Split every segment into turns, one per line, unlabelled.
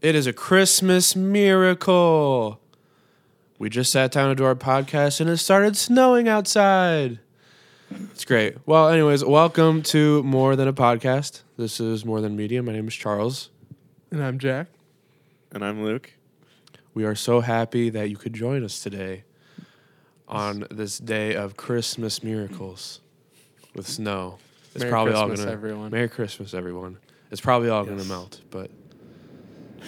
It is a Christmas miracle. We just sat down to do our podcast and it started snowing outside. It's great. Well, anyways, welcome to More Than a Podcast. This is More Than Media. My name is Charles.
And I'm Jack.
And I'm Luke.
We are so happy that you could join us today on this day of Christmas miracles with snow. It's
Merry
probably all
Christmas,
gonna
everyone.
Merry Christmas, everyone. It's probably all gonna
Yes.
melt, but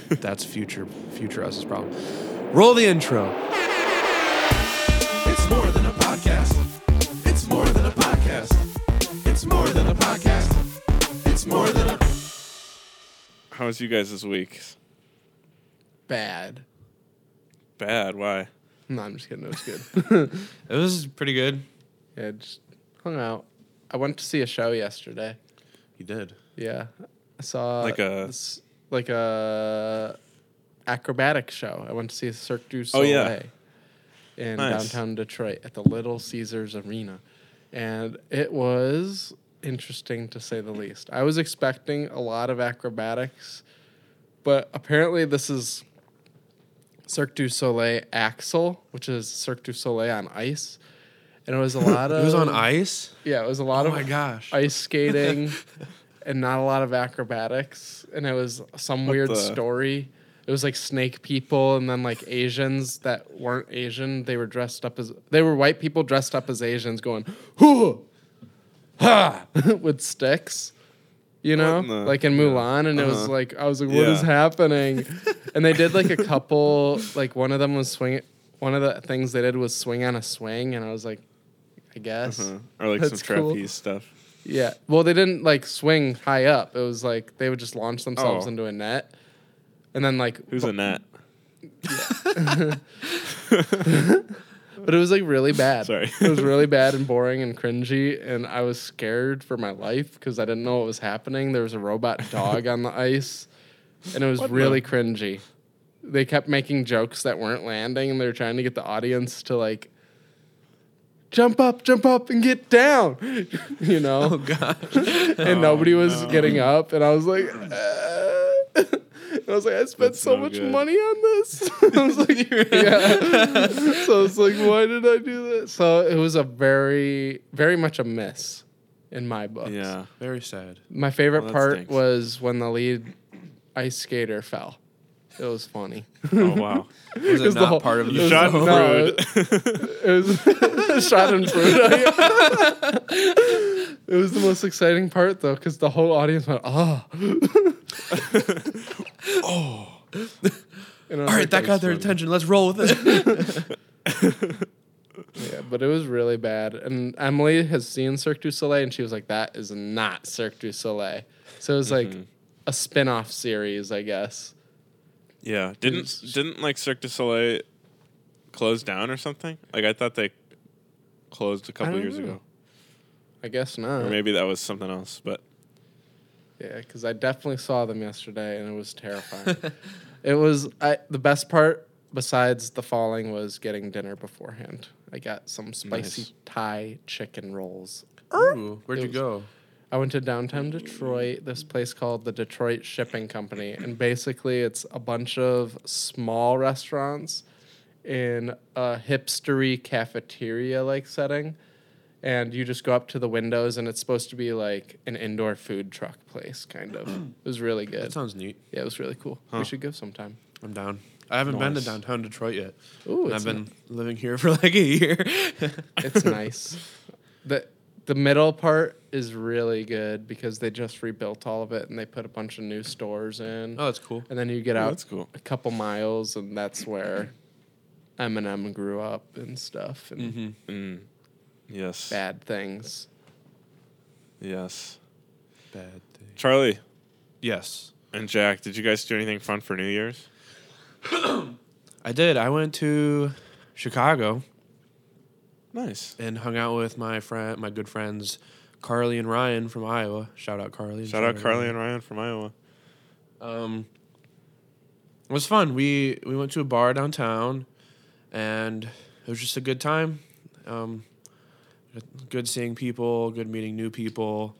that's future future us's problem. Roll the intro.
It's more than a podcast. It's more than a podcast. It's more than a podcast. It's more than a. How was you guys this week?
Bad.
Bad. Why?
No, I'm just kidding. It was good.
It was pretty good.
yeah, just hung out. I went to see a show yesterday.
You did.
Yeah, I saw
Like a-
this- like a acrobatic show. I went to see Cirque du
Oh,
Soleil
yeah.
in
Nice.
downtown Detroit at the Little Caesars Arena, and it was interesting to say the least. I was expecting a lot of acrobatics, but apparently this is Cirque du Soleil Axel, which is Cirque du Soleil on ice. And it was a lot of
It was on ice.
Yeah, it was a lot
Oh
of
my gosh.
ice skating and not a lot of acrobatics and it was some weird
the-
story it was like snake people and then like asians that weren't asian they were dressed up as they were white people dressed up as asians going hoo ha with sticks you know
in the-
like in mulan and it was
Uh-huh.
like i was like what is
Yeah.
happening and they did like a couple like one of them was swing one of the things they did was swing on a swing and i was like i guess
Huh. Or like
That's
some
cool.
trapeze stuff.
yeah. Well, they didn't like swing high up. It was like they would just launch themselves
Oh.
into a net. And then like
Who's
bu-
a net?
But it was like really bad.
Sorry.
it was really bad and boring and cringy and I was scared for my life because I didn't know what was happening. There was a robot dog on the ice and it was really cringy. They kept making jokes that weren't landing and they were trying to get the audience to like jump up, jump up and get down. you know?
Oh,
and nobody was getting up and I was like "Uh." I was like, I spent
That's
so
no
much
good.
money on this. I was like, yeah. so I was like, why did I do that? So it was a very, very much a miss in my books.
Yeah.
Very sad.
My favorite
Well, that
part
stinks.
was when the lead ice skater fell. It was funny.
Oh wow.
Was it
It's the
not
whole-
part of
You
the
It was-
Shot and
no, It was shot
brewed.
and It was the most exciting part though, because the whole audience went, "Ah!" And I was
All right,
like,
that got
was
their
funny.
attention. Let's roll with it.
Yeah, but it was really bad. And Emily has seen Cirque du Soleil, and she was like, "That is not Cirque du Soleil." So it was
Mm-hmm.
like a spin-off series, I guess.
yeah. Didn't didn't like Cirque du Soleil close down or something? Like I thought they closed a couple
don't
years
know.
ago.
I guess not.
Or maybe that was something else, but
Yeah, because I definitely saw them yesterday, and it was terrifying. it was I, the best part besides the falling was getting dinner beforehand. I got some spicy
Nice.
Thai chicken rolls.
Ooh, where'd you
It was-
go?
I went to downtown Detroit, this place called the Detroit Shipping Company. And basically, it's a bunch of small restaurants in a hipstery cafeteria like setting. And you just go up to the windows, and it's supposed to be like an indoor food truck place, kind of. it was really
That
good.
sounds neat.
Yeah, it was really cool. We should go sometime.
I'm down. I haven't been to
Nice.
downtown Detroit yet.
Ooh,
And
it's
I've been living here for like a year.
It's nice. The the middle part is really good because they just rebuilt all of it and they put a bunch of new stores in.
oh, that's cool.
And then you get
Oh,
out
that's cool.
a couple miles and that's where Eminem grew up and stuff and
mm, yes.
bad things.
Yes.
Bad thing.
Charlie
Yes.
and Jack, did you guys do anything fun for New Year's?
I did. I went to Chicago
Nice.
and hung out with my friend, my good friends, Carly and Ryan from Iowa. Shout out Carly. and
Shout out Carly and Ryan from Iowa.
Um, it was fun. We we went to a bar downtown, and it was just a good time. Um, good seeing people, good meeting new people.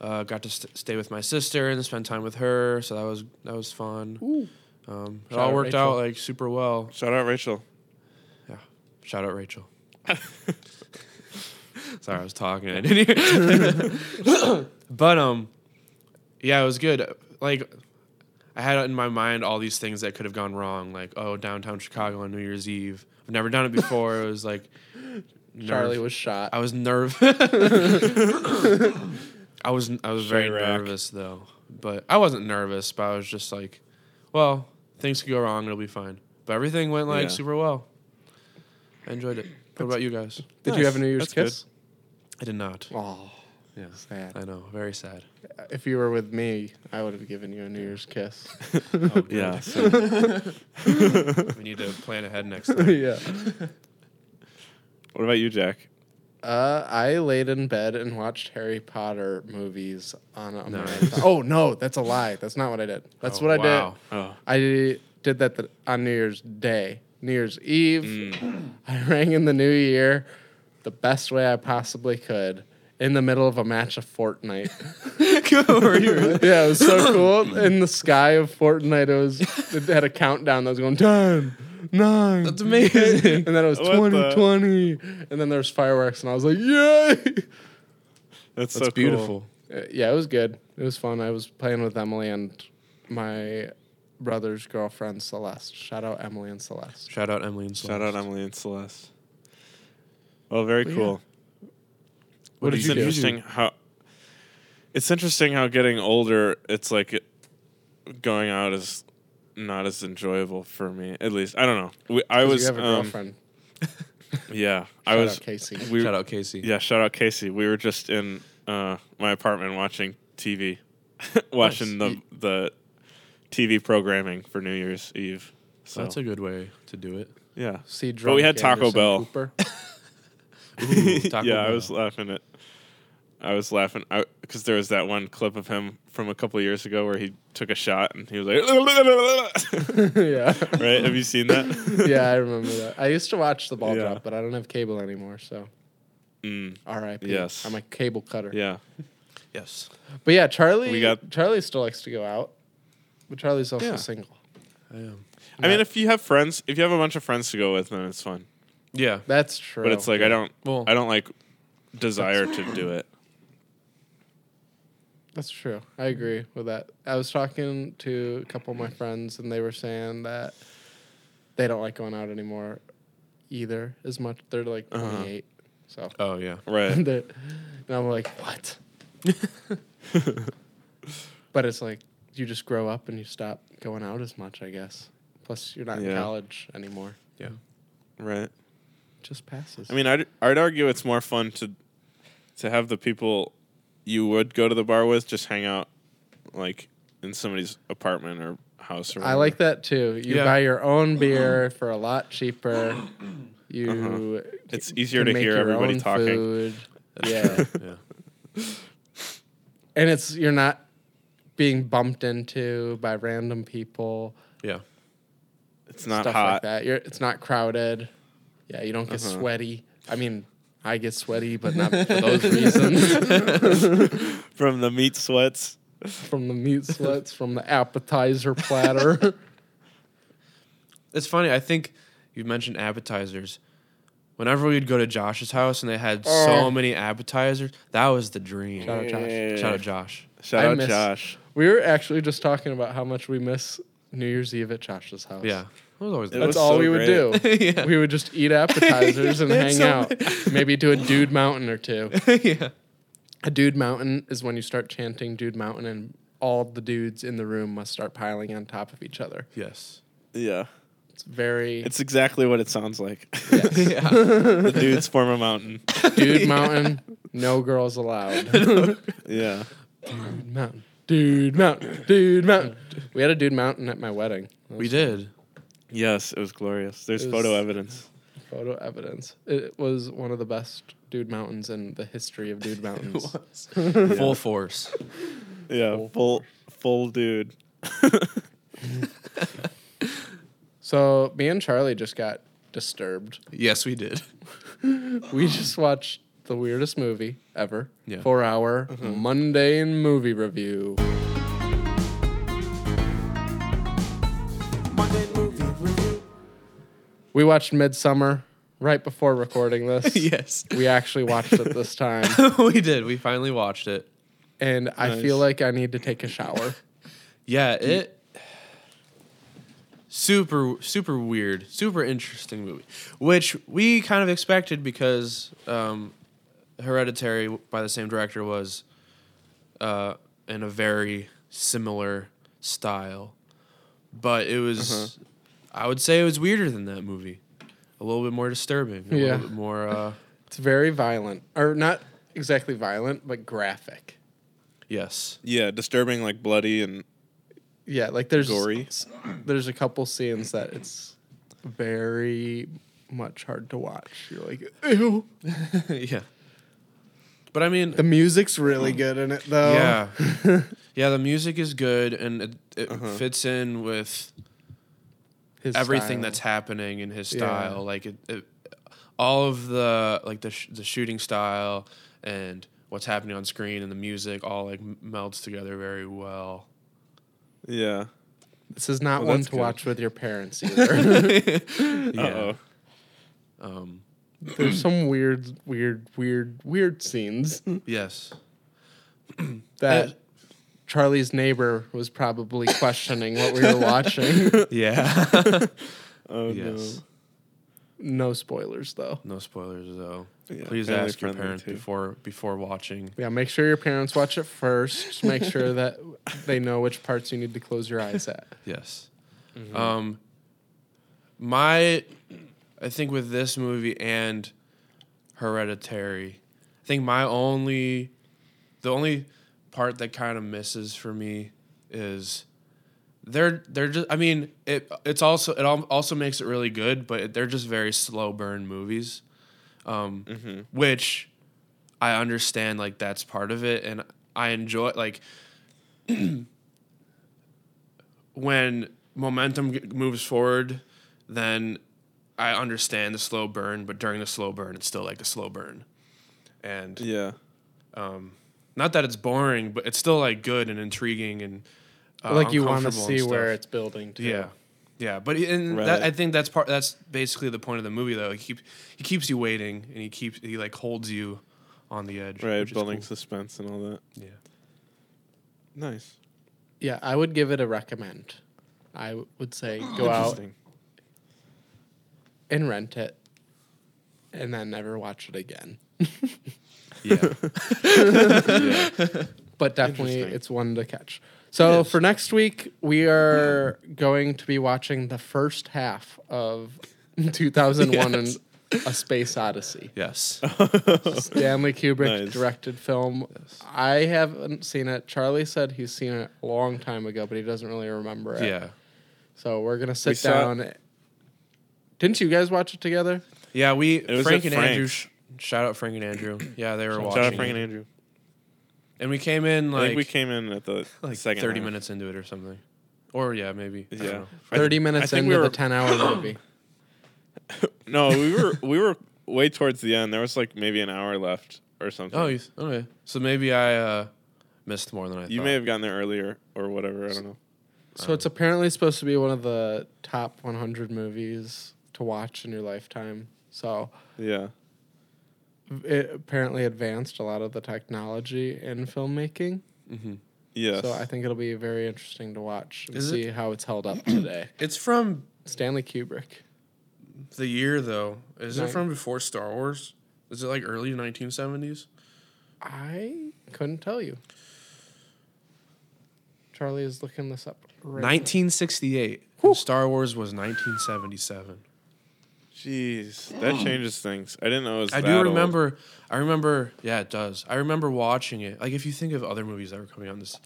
Uh, got to st- stay with my sister and spend time with her, so that was that was fun. Um, it
Shout
all
out
worked
Rachel.
out like super well.
Shout out Rachel.
Shout out Rachel. Sorry, I was talking. I didn't hear. but um, yeah, it was good. Like, I had in my mind all these things that could have gone wrong. Like, oh, downtown Chicago on New Year's Eve. I've never done it before. It was like nerve-
Charlie was shot.
I was nerve. I was I was very
Straight rack.
nervous though, but I wasn't nervous. But I was just like, well, things could go wrong. It'll be fine. But everything went like
Yeah.
super well. I enjoyed it. What about you guys?
Did
Nice.
you have a New Year's
That's good.
kiss?
I did not.
Oh,
Yeah.
sad.
I know. Very sad.
If you were with me, I would have given you a New Year's kiss.
Oh, Yeah.
we need to plan ahead next time.
yeah.
What about you, Jack?
Uh, I laid in bed and watched Harry Potter movies on a
Nice.
marathon. Oh no, that's a lie. That's not what I did. That's
Oh,
what I
wow.
Oh.
did. I did that the, on New Year's Day, New Year's Eve.
Mm.
I rang in the new year the best way I possibly could in the middle of a match of Fortnite. yeah, it was so cool. In the sky of Fortnite, it was it had a countdown that was going ten, nine.
That's amazing.
and then it was
What the-
twenty twenty, and then there was fireworks, and I was like, yay!
That's,
That's
so
beautiful.
Uh, yeah, it was good. It was fun. I was playing with Emily and my brother's girlfriend Celeste. Shout out Emily and Celeste.
Shout out Emily and
Cool. Shout out
Celeste.
Emily and Celeste. Well, very
But yeah.
cool.
What
it's
did you do?
interesting how it's interesting how getting older, it's like it, going out is not as enjoyable for me. At least I don't know. We, I
'Cause
was
you have a
um,
girlfriend.
yeah. I
Shout
was
out Casey.
we
Shout out Casey.
yeah. Shout out Casey. We were just in uh, my apartment watching TV, watching
Nice.
the the TV programming for New Year's Eve. So
That's a good way to do it.
yeah.
See,
But
drunk
we had Taco
Anderson
Bell.
Cooper.
Ooh, Taco
yeah, I
Bell.
was laughing at. I was laughing because there was that one clip of him from a couple of years ago where he took a shot and he was like,
yeah,
right? Have you seen that?
yeah, I remember that. I used to watch the ball
Yeah.
drop, but I don't have cable anymore, so
Mm,
R.I.P.
Yes.
I'm a cable cutter.
yeah,
Yes.
But yeah, Charlie.
We got-
Charlie still likes to go out, but Charlie's also
Yeah.
single.
I am.
I mean, if you have friends, if you have a bunch of friends to go with, then it's fun.
Yeah.
That's true.
But it's like I don't,
Well-
I don't like desire to do it.
That's true. I agree with that. I was talking to a couple of my friends, and they were saying that they don't like going out anymore either as much. They're like
Uh-huh.
28. So,
Oh yeah.
Right?
they're- and I'm like, what? but it's like you just grow up and you stop going out as much, I guess. Plus, you're not in
Yeah.
college anymore.
Yeah.
right.
It just passes.
I mean, I'd, I'd argue it's more fun to, to have the people you would go to the bar with just hang out, like in somebody's apartment or house or.
I like that too. You
Yeah.
buy your own beer for a lot cheaper. You
Uh-huh. It's easier
can
to
make
hear
your
everybody
own
talking.
food. Yeah,
Yeah.
and it's you're not being bumped into by random people,
Yeah.
It's not
stuff like
hot.
that. You're, it's not crowded. Yeah, you don't get
Uh-huh.
sweaty. I mean, I get sweaty, but not for those reasons.
From the meat sweats.
from the meat sweats, from the appetizer platter.
It's funny. I think you mentioned appetizers. Whenever we'd go to Josh's house and they had so
Oh.
many appetizers, that was the dream.
Shout out Josh.
Uh. Shout out Josh.
Shout
I
out
miss-
Josh.
We were actually just talking about how much we miss New Year's Eve at Josh's house.
Yeah. It was always
It
the
That's
was
all
so
we would
great.
do.
Yeah.
We would just eat appetizers and
Yeah,
hang
so-
out. Maybe do a dude mountain or two.
yeah.
A dude mountain is when you start chanting dude mountain and all the dudes in the room must start piling on top of each other.
Yes.
Yeah.
It's very
It's exactly what it sounds like.
Yeah.
the dudes form a mountain.
dude mountain, no girls allowed.
Yeah.
dude mountain. Dude mountain. Dude mountain. We had a dude mountain at my wedding.
we did.
Yes, it was glorious. There's
It was-
photo evidence.
Photo evidence. It was one of the best dude mountains in the history of dude mountains.
Full force.
Yeah, full full dude.
so me and Charlie just got disturbed.
Yes, we did.
We just watched the weirdest movie ever.
Yeah.
Four hour mundane movie review. We watched Midsummer right before recording this.
yes.
We actually watched it this time.
we did. We finally watched it.
And I feel
Nice.
like I need to take a shower.
Yeah, it super super weird, super interesting movie, which we kind of expected because um, Hereditary by the same director was uh, in a very similar style, but it was
Uh-huh.
I would say it was weirder than that movie, a little bit more disturbing, a
Yeah.
little bit more. Uh,
It's very violent, or not exactly violent, but graphic.
yes,
Yeah, disturbing, like bloody and
Yeah, like there's
Gory.
s- There's a couple scenes that it's very much hard to watch. You're like, ew.
yeah, but I mean,
The music's really good in it though.
Yeah. yeah, the music is good and it, it
Uh-huh.
fits in with
His
everything
style.
that's happening in his
Yeah.
style. Like it, it, all of the like the sh- the shooting style and what's happening on screen and the music all like m- melds together very well.
yeah.
this is not
Well,
one
that's
to
good.
watch with your parents either.
Yeah.
Uh-oh.
Um
there's some weird, weird, weird, weird scenes
yes.
that
Uh,
Charlie's neighbor was probably questioning what we were watching.
Yeah.
Oh
yes.
No spoilers though.
No spoilers though.
Yeah,
Please
family
ask your
friendly,
parents
too.
before before watching.
Yeah, make sure your parents watch it first. Make sure that they know which parts you need to close your eyes at.
Yes. Um, my, I think with this movie and Hereditary, I think my only, the only part that kind of misses for me is they're they're just I mean it it's also it al- also makes it really good, but it, they're just very slow burn movies, um, which I understand like that's part of it, and I enjoy like when momentum g- moves forward, then I understand the slow burn, but during the slow burn, it's still like a slow burn. And
Yeah.
not that it's boring, but it's still like good and intriguing and uh,
like you want to
uncomfortable and
see where
stuff.
it's building to.
Yeah, yeah, but he- and
Right.
that, I think that's part. That's basically the point of the movie, though. He keep he keeps you waiting, and he keeps he like holds you on the edge.
Right,
which is
building
cool.
suspense and all that.
Yeah,
Nice.
Yeah, I would give it a recommend. I w- would say go out
Interesting.
and rent it and then never watch it again.
yeah,
But definitely
Interesting.
it's one to catch. So for next week, we are going to be watching the first half of 2001
Yes.
and A Space Odyssey.
yes,
Stanley Kubrick
Nice.
directed film. I haven't seen it. Charlie said he's seen it a long time ago, but he doesn't really remember it.
yeah,
So we're gonna sit
saw it-
down. Didn't you guys watch it together?
yeah. We
was
Frank
at
and
Frank's.
Andrew. Sh- shout out Frank and Andrew. Yeah, they were watching.
Shout out Frank and
it.
Andrew.
And we came in
I
like
think we came in at the
like
second
thirty
half.
minutes into it or something, or yeah, maybe. I don't
Yeah.
know.
I
Thirty
think- I
minutes
think
into
we were,
the ten-hour movie.
No, we were we were way towards the end. There was like maybe an hour left or something.
Oh, you, okay. So maybe I uh, missed more than I thought.
you may have gotten there earlier or whatever. I don't know.
So it's apparently supposed to be one of the top 100 movies to watch in your lifetime. So
Yeah.
it apparently advanced a lot of the technology in filmmaking.
Yes.
So I think it'll be very interesting to watch and
Is it-
see how it's held up today.
It's from
Stanley Kubrick.
the year though. Is it
Nine-
from before Star Wars? Is it like early nineteen seventies?
I couldn't tell you. Charlie is looking this up. Right now.
1968. Star Wars was 1977.
Jeez, that changes things. I didn't know it was.
I
that
do
old.
remember. I remember. Yeah, it does. I remember watching it. Like if you think of other movies that were coming out in this,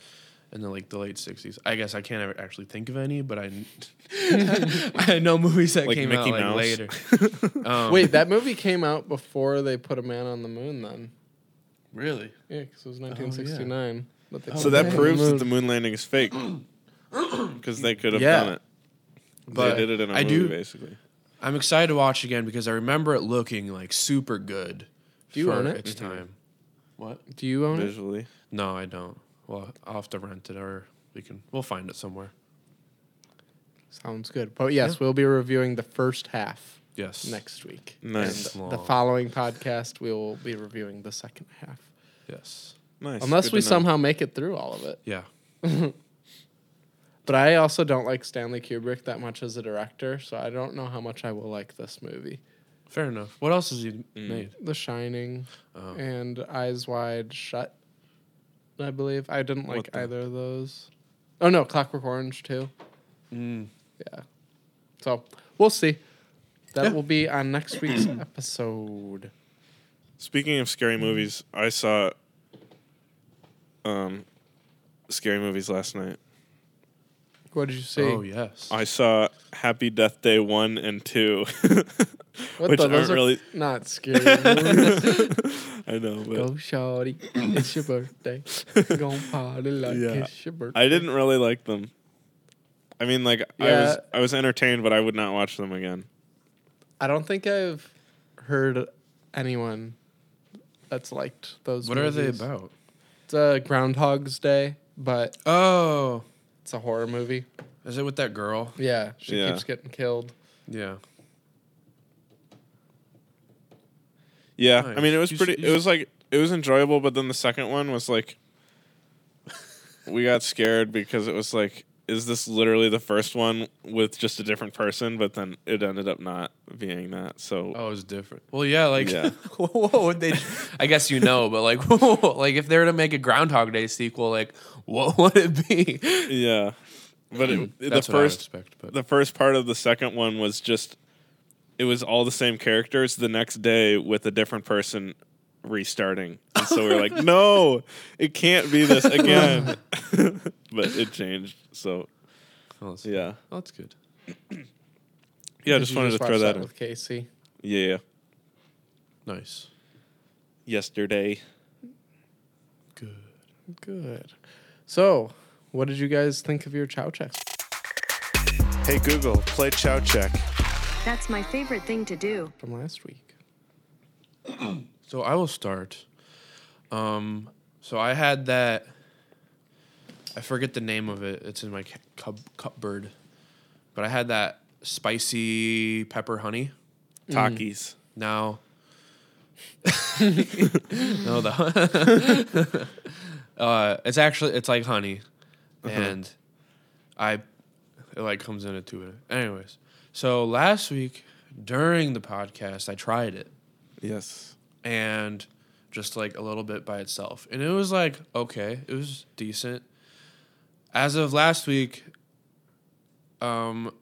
in the like the late 60s. I guess I can't ever actually think of any, but I, I know movies that
Like
came out
Mickey
like
Mouse?
later. Um,
Wait, that movie came out before they put a man on the moon. Then,
really?
yeah, because it was 1969. But they
So
put a
Oh, that
man on
proves that
moon.
the moon landing is fake, because they could have
Yeah.
done it.
But
they did it in a
I
movie,
do-
basically.
I'm excited to watch again because I remember it looking like super good.
Do you
for
own it?
Its time. What?
Do you own it?
Visually,
No, I don't. Well, I'll have to rent it, or we can we'll find it somewhere.
Sounds good. But yes, we'll be reviewing the first half
Yes.
next week.
Nice.
The following podcast, we will be reviewing the second half.
Yes.
Nice.
Unless
Good
we
to know.
somehow make it through all of it.
Yeah.
But I also don't like Stanley Kubrick that much as a director, so I don't know how much I will like this movie.
Fair enough. What else has he
Mm.
made?
The Shining
Oh.
Eh.
and Eyes Wide Shut, I believe. I didn't
What
like
the-
either of those. Oh no, Clockwork Orange too.
Mm.
Yeah. So we'll see. That
Yeah.
will be on next week's episode.
Speaking of scary
Mm-hmm.
movies, I saw um scary movies last night.
What did you see?
Oh yes.
I saw Happy Death Day 1 and 2.
What
which
the? Those
aren't
are
really
not scary. movies.
I know, but
Go, shawty. It's your birthday. Go party like
Yeah.
it's your birthday.
I didn't really like them. I mean, like I was
Yeah.
I was entertained, but I would not watch them again.
I don't think I've heard anyone that's liked those.
what are they
movies.
about?
It's a Groundhog's Day, but
Oh,
it's a horror movie.
is it with that girl?
Yeah, she
Yeah.
keeps getting killed.
Yeah.
Yeah, I
Nice.
mean, it was
You
pretty.
should- you
It was like it was enjoyable, but then the second one was like, we got scared because it was like, is this literally the first one with just a different person? But then it ended up not being that. So
Oh, it's different. Well, yeah, like
Yeah.
what would they? I guess you know, but like, like if they were to make a Groundhog Day sequel, like what would it be?
yeah, but it, the
That's what I would
first
expect, but
the first part of the second one was just it was all the same characters the next day with a different person restarting and so we are like no it can't be this again but it changed so
Oh, that's,
yeah
oh, that's good.
yeah
Did
just
you
wanted to
watch
throw that, in
with Casey.
yeah
Nice.
yesterday
Good.
Good. So, what did you guys think of your Chow Checks?
Hey Google, play Chow Check.
That's my favorite thing to do.
from last week?
So I will start. Um, so I had that. I forget the name of it. It's in my cu- cub, cupboard, but I had that spicy pepper honey.
takis
Now, no, the hun- uh, it's actually it's like honey, and I it like comes in a tube. Anyways, so last week during the podcast, I tried it
yes
and just like a little bit by itself. And it was like, okay, it was decent. As of last week, um,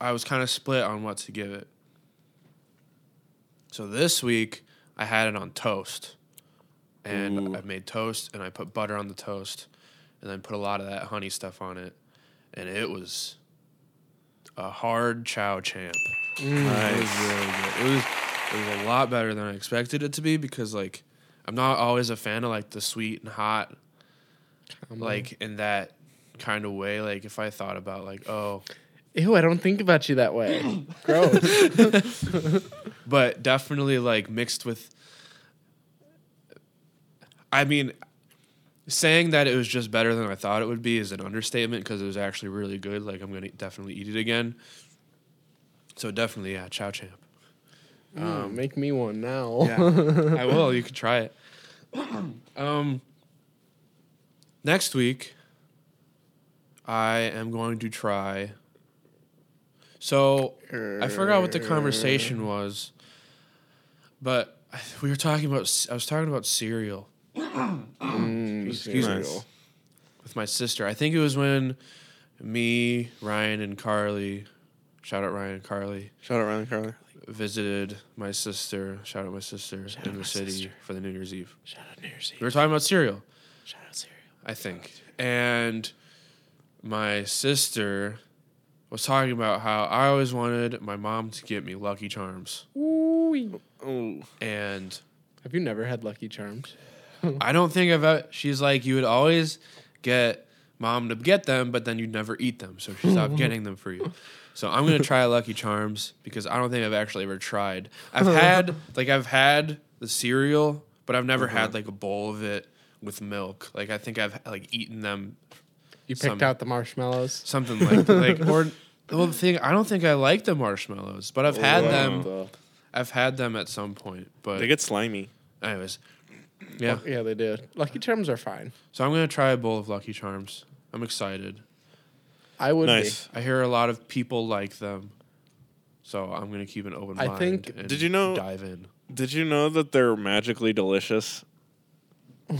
I was kind of split on what to give it. So this week, I had it on toast. And
Ooh.
I made toast and I put butter on the toast and then put a lot of that honey stuff on it. And it was a hard chow champ.
Mm. Uh,
It was really good. It was it was a lot better than I expected it to be because like I'm not always a fan of like the sweet and hot
Combo.
like in that kind of way. Like if I thought about like oh,
ew, I don't think about you that way. Gross.
but definitely like mixed with. I mean, saying that it was just better than I thought it would be is an understatement because it was actually really good. Like I'm gonna definitely eat it again. So definitely, yeah, Chow Champ.
Mm, make me one now. Mm,
Yeah, I will. You can try it. Um, next week, I am going to try. So I forgot what the conversation was, but I- we were talking about. c- I was talking about cereal
Um, Excuse me.
Nice.
with my sister. I think it was when me, Ryan, and Carly. Shout out Ryan and Carly.
shout out Ryan Carly
Visited my sister. Shout out my sister in the city for the New Year's Eve.
Shout out New Year's Eve.
We were talking about cereal.
Shout out cereal.
I think. And my sister was talking about how I always wanted my mom to get me Lucky Charms.
oh
And
Have you never had Lucky Charms?
I don't think I've ever, she's like, you would always get mom to get them, but then you'd never eat them. So she stopped getting them for you. So I'm going to try Lucky Charms because I don't think I've actually ever tried. I've had, like, I've had the cereal, but I've never
Mm-hmm.
had, like, a bowl of it with milk. Like, I think I've, like, eaten them
You picked
Some-
out the marshmallows.
something like like or Well, the thing I don't think I like the marshmallows, but I've had them.
Wow.
I've had them at some point. But
They get slimy.
anyways, yeah.
Yeah, they do. Lucky Charms are fine.
So I'm gonna try a bowl of Lucky Charms. I'm excited.
I would
Nice.
I hear a lot of people like them, so I'm gonna keep an open
I
mind.
think-
and
did you know-
Dive in.
Did you know that they're magically delicious?
be.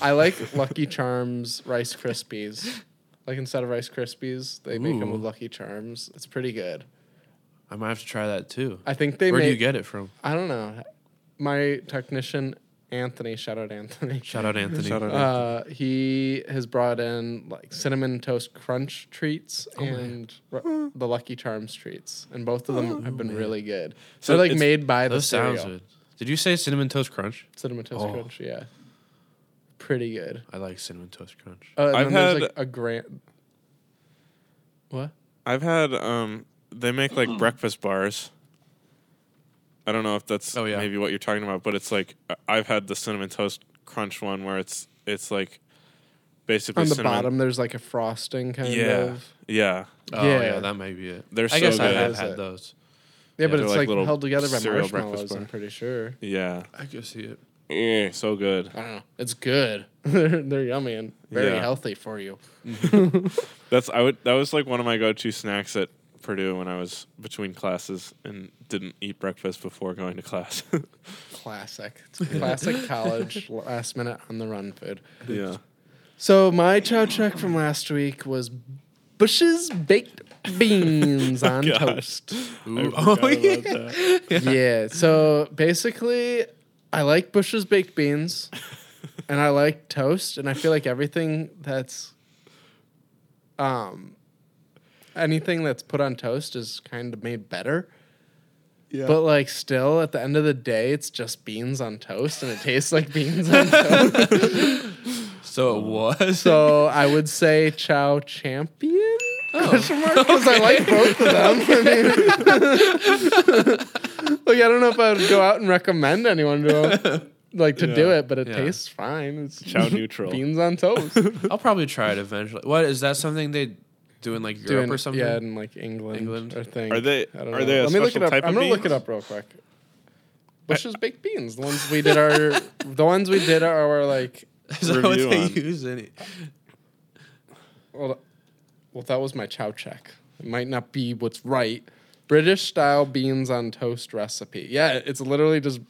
I like Lucky Charms Rice Krispies. Like instead of Rice Krispies, they make them with
Ooh.
Lucky Charms. It's pretty good.
I might have to try that too.
I think they
Where
make.
do you get it from?
I don't know. My technician Anthony, shout out Anthony.
Shout out Anthony.
Shout out
Uh, he has brought in like cinnamon toast crunch treats
Oh
and ru- the Lucky Charms treats, and both of
Oh
them have been really good. So
So
They're like
it's-
made by the
Those
cereal.
sounds good. Did you say cinnamon toast crunch?
Cinnamon toast
Oh.
crunch, yeah, pretty good.
I like cinnamon toast crunch.
Uh, and
I've
then there's
had-
like a grand. What?
I've had um they make like breakfast bars. I don't know if that's
Oh, yeah.
maybe what you're talking about, but it's like I- I've had the cinnamon toast crunch one where it's it's like basically
On the
cinnamon.
bottom, there's like a frosting kind
Yeah.
of.
yeah. Oh yeah.
yeah.
that may be it.
They're
I
so
guess I
good.
have
Is
had
it?
those.
Yeah, but
they're
it's
like
like,
little
held together by
cereal breakfast
marshmallows. I'm
bar.
pretty sure.
Yeah.
I can see it.
Eh, so good.
I don't know. It's good. they're, they're yummy and very
Yeah.
healthy for you.
That's I would that was like one of my go-to snacks at Purdue when I was between classes and didn't eat breakfast before going to class.
Classic. It's classic college last minute on the run food.
yeah.
So my chow check from last week was Bush's baked beans on
God.
toast.
Ooh. Oh yeah.
Yeah. So basically, I like Bush's baked beans, and I like toast, and I feel like everything that's, um, anything that's put on toast is kind of made better. Yeah. But like, still, at the end of the day, it's just beans on toast, and it tastes like beans on toast.
So it was.
Um, So I would say Chow Champion. Because I like both of them. I mean- like I don't know if I would go out and recommend anyone to like to do it, but it
Yeah.
tastes fine. It's
Chow neutral.
beans on toast.
I'll probably try it eventually. What is that something they do in like Europe
Doing-
or something?
Yeah, in like England,
England?
or thing.
Are they-
I don't
are
know.
they a
Let me look
special
it up.
type of
I'm gonna look
beans?
it up real quick. Bush's baked beans. The ones we did are the ones we did are, are like
Is that what
Review
they
on.
use in it?
Well, well, that was my chow check. It might not be what's right. British style beans on toast recipe. Yeah, it's literally just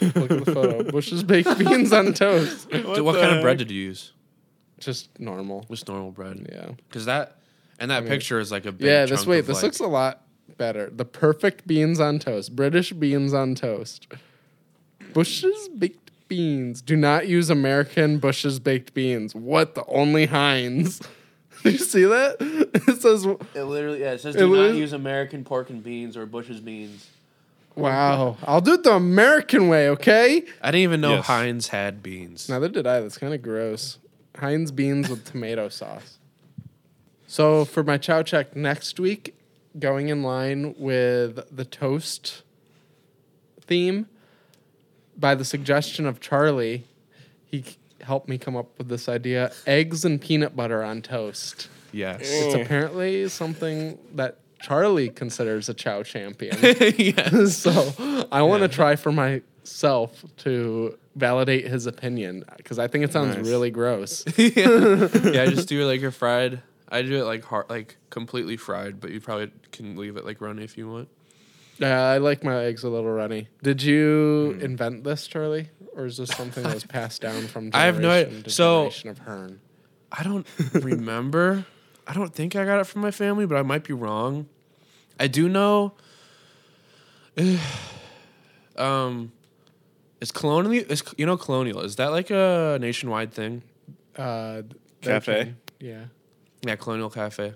look at the photo. Bush's baked beans on toast.
What, kind of bread did you use?
Just normal.
Just normal bread.
Yeah.
Because that and that picture is like a big
yeah, this
chunk
way
of,
this
like-
looks a lot better. The perfect beans on toast. British beans on toast. Bush's baked beans. Do not use American Bush's baked beans. What the only Heinz. Do you see that? It says
It literally yeah, it says
It do not literally- use
American pork and beans or Bush's beans.
Wow. I'll do it the American way, okay?
I didn't even know
Yes.
Heinz had beans.
Neither did I. That's kind of gross. Heinz beans with tomato sauce. So for my chow check next week, going in line with the toast theme, by the suggestion of Charlie, he c- helped me come up with this idea eggs and peanut butter on toast.
Yes.
It's apparently something that Charlie considers a chow champion.
yes.
so I want to try for myself to validate his opinion because I think it sounds
Nice.
really gross.
yeah, I just do like a fried. I do it like hard, like completely fried, but you probably can leave it like runny if you want.
uh, I like my eggs a little runny. Did you
Hmm.
invent this, Charlie, or is this something that was passed down from generation
I have no i-
to
so-
generation of Hearn?
I don't remember. I don't think I got it from my family, but I might be wrong. I do know. um, is colonial? Is you know colonial? Is that like a nationwide thing?
Uh, th-
Cafe?
thirteen. Yeah.
Yeah, Colonial Cafe.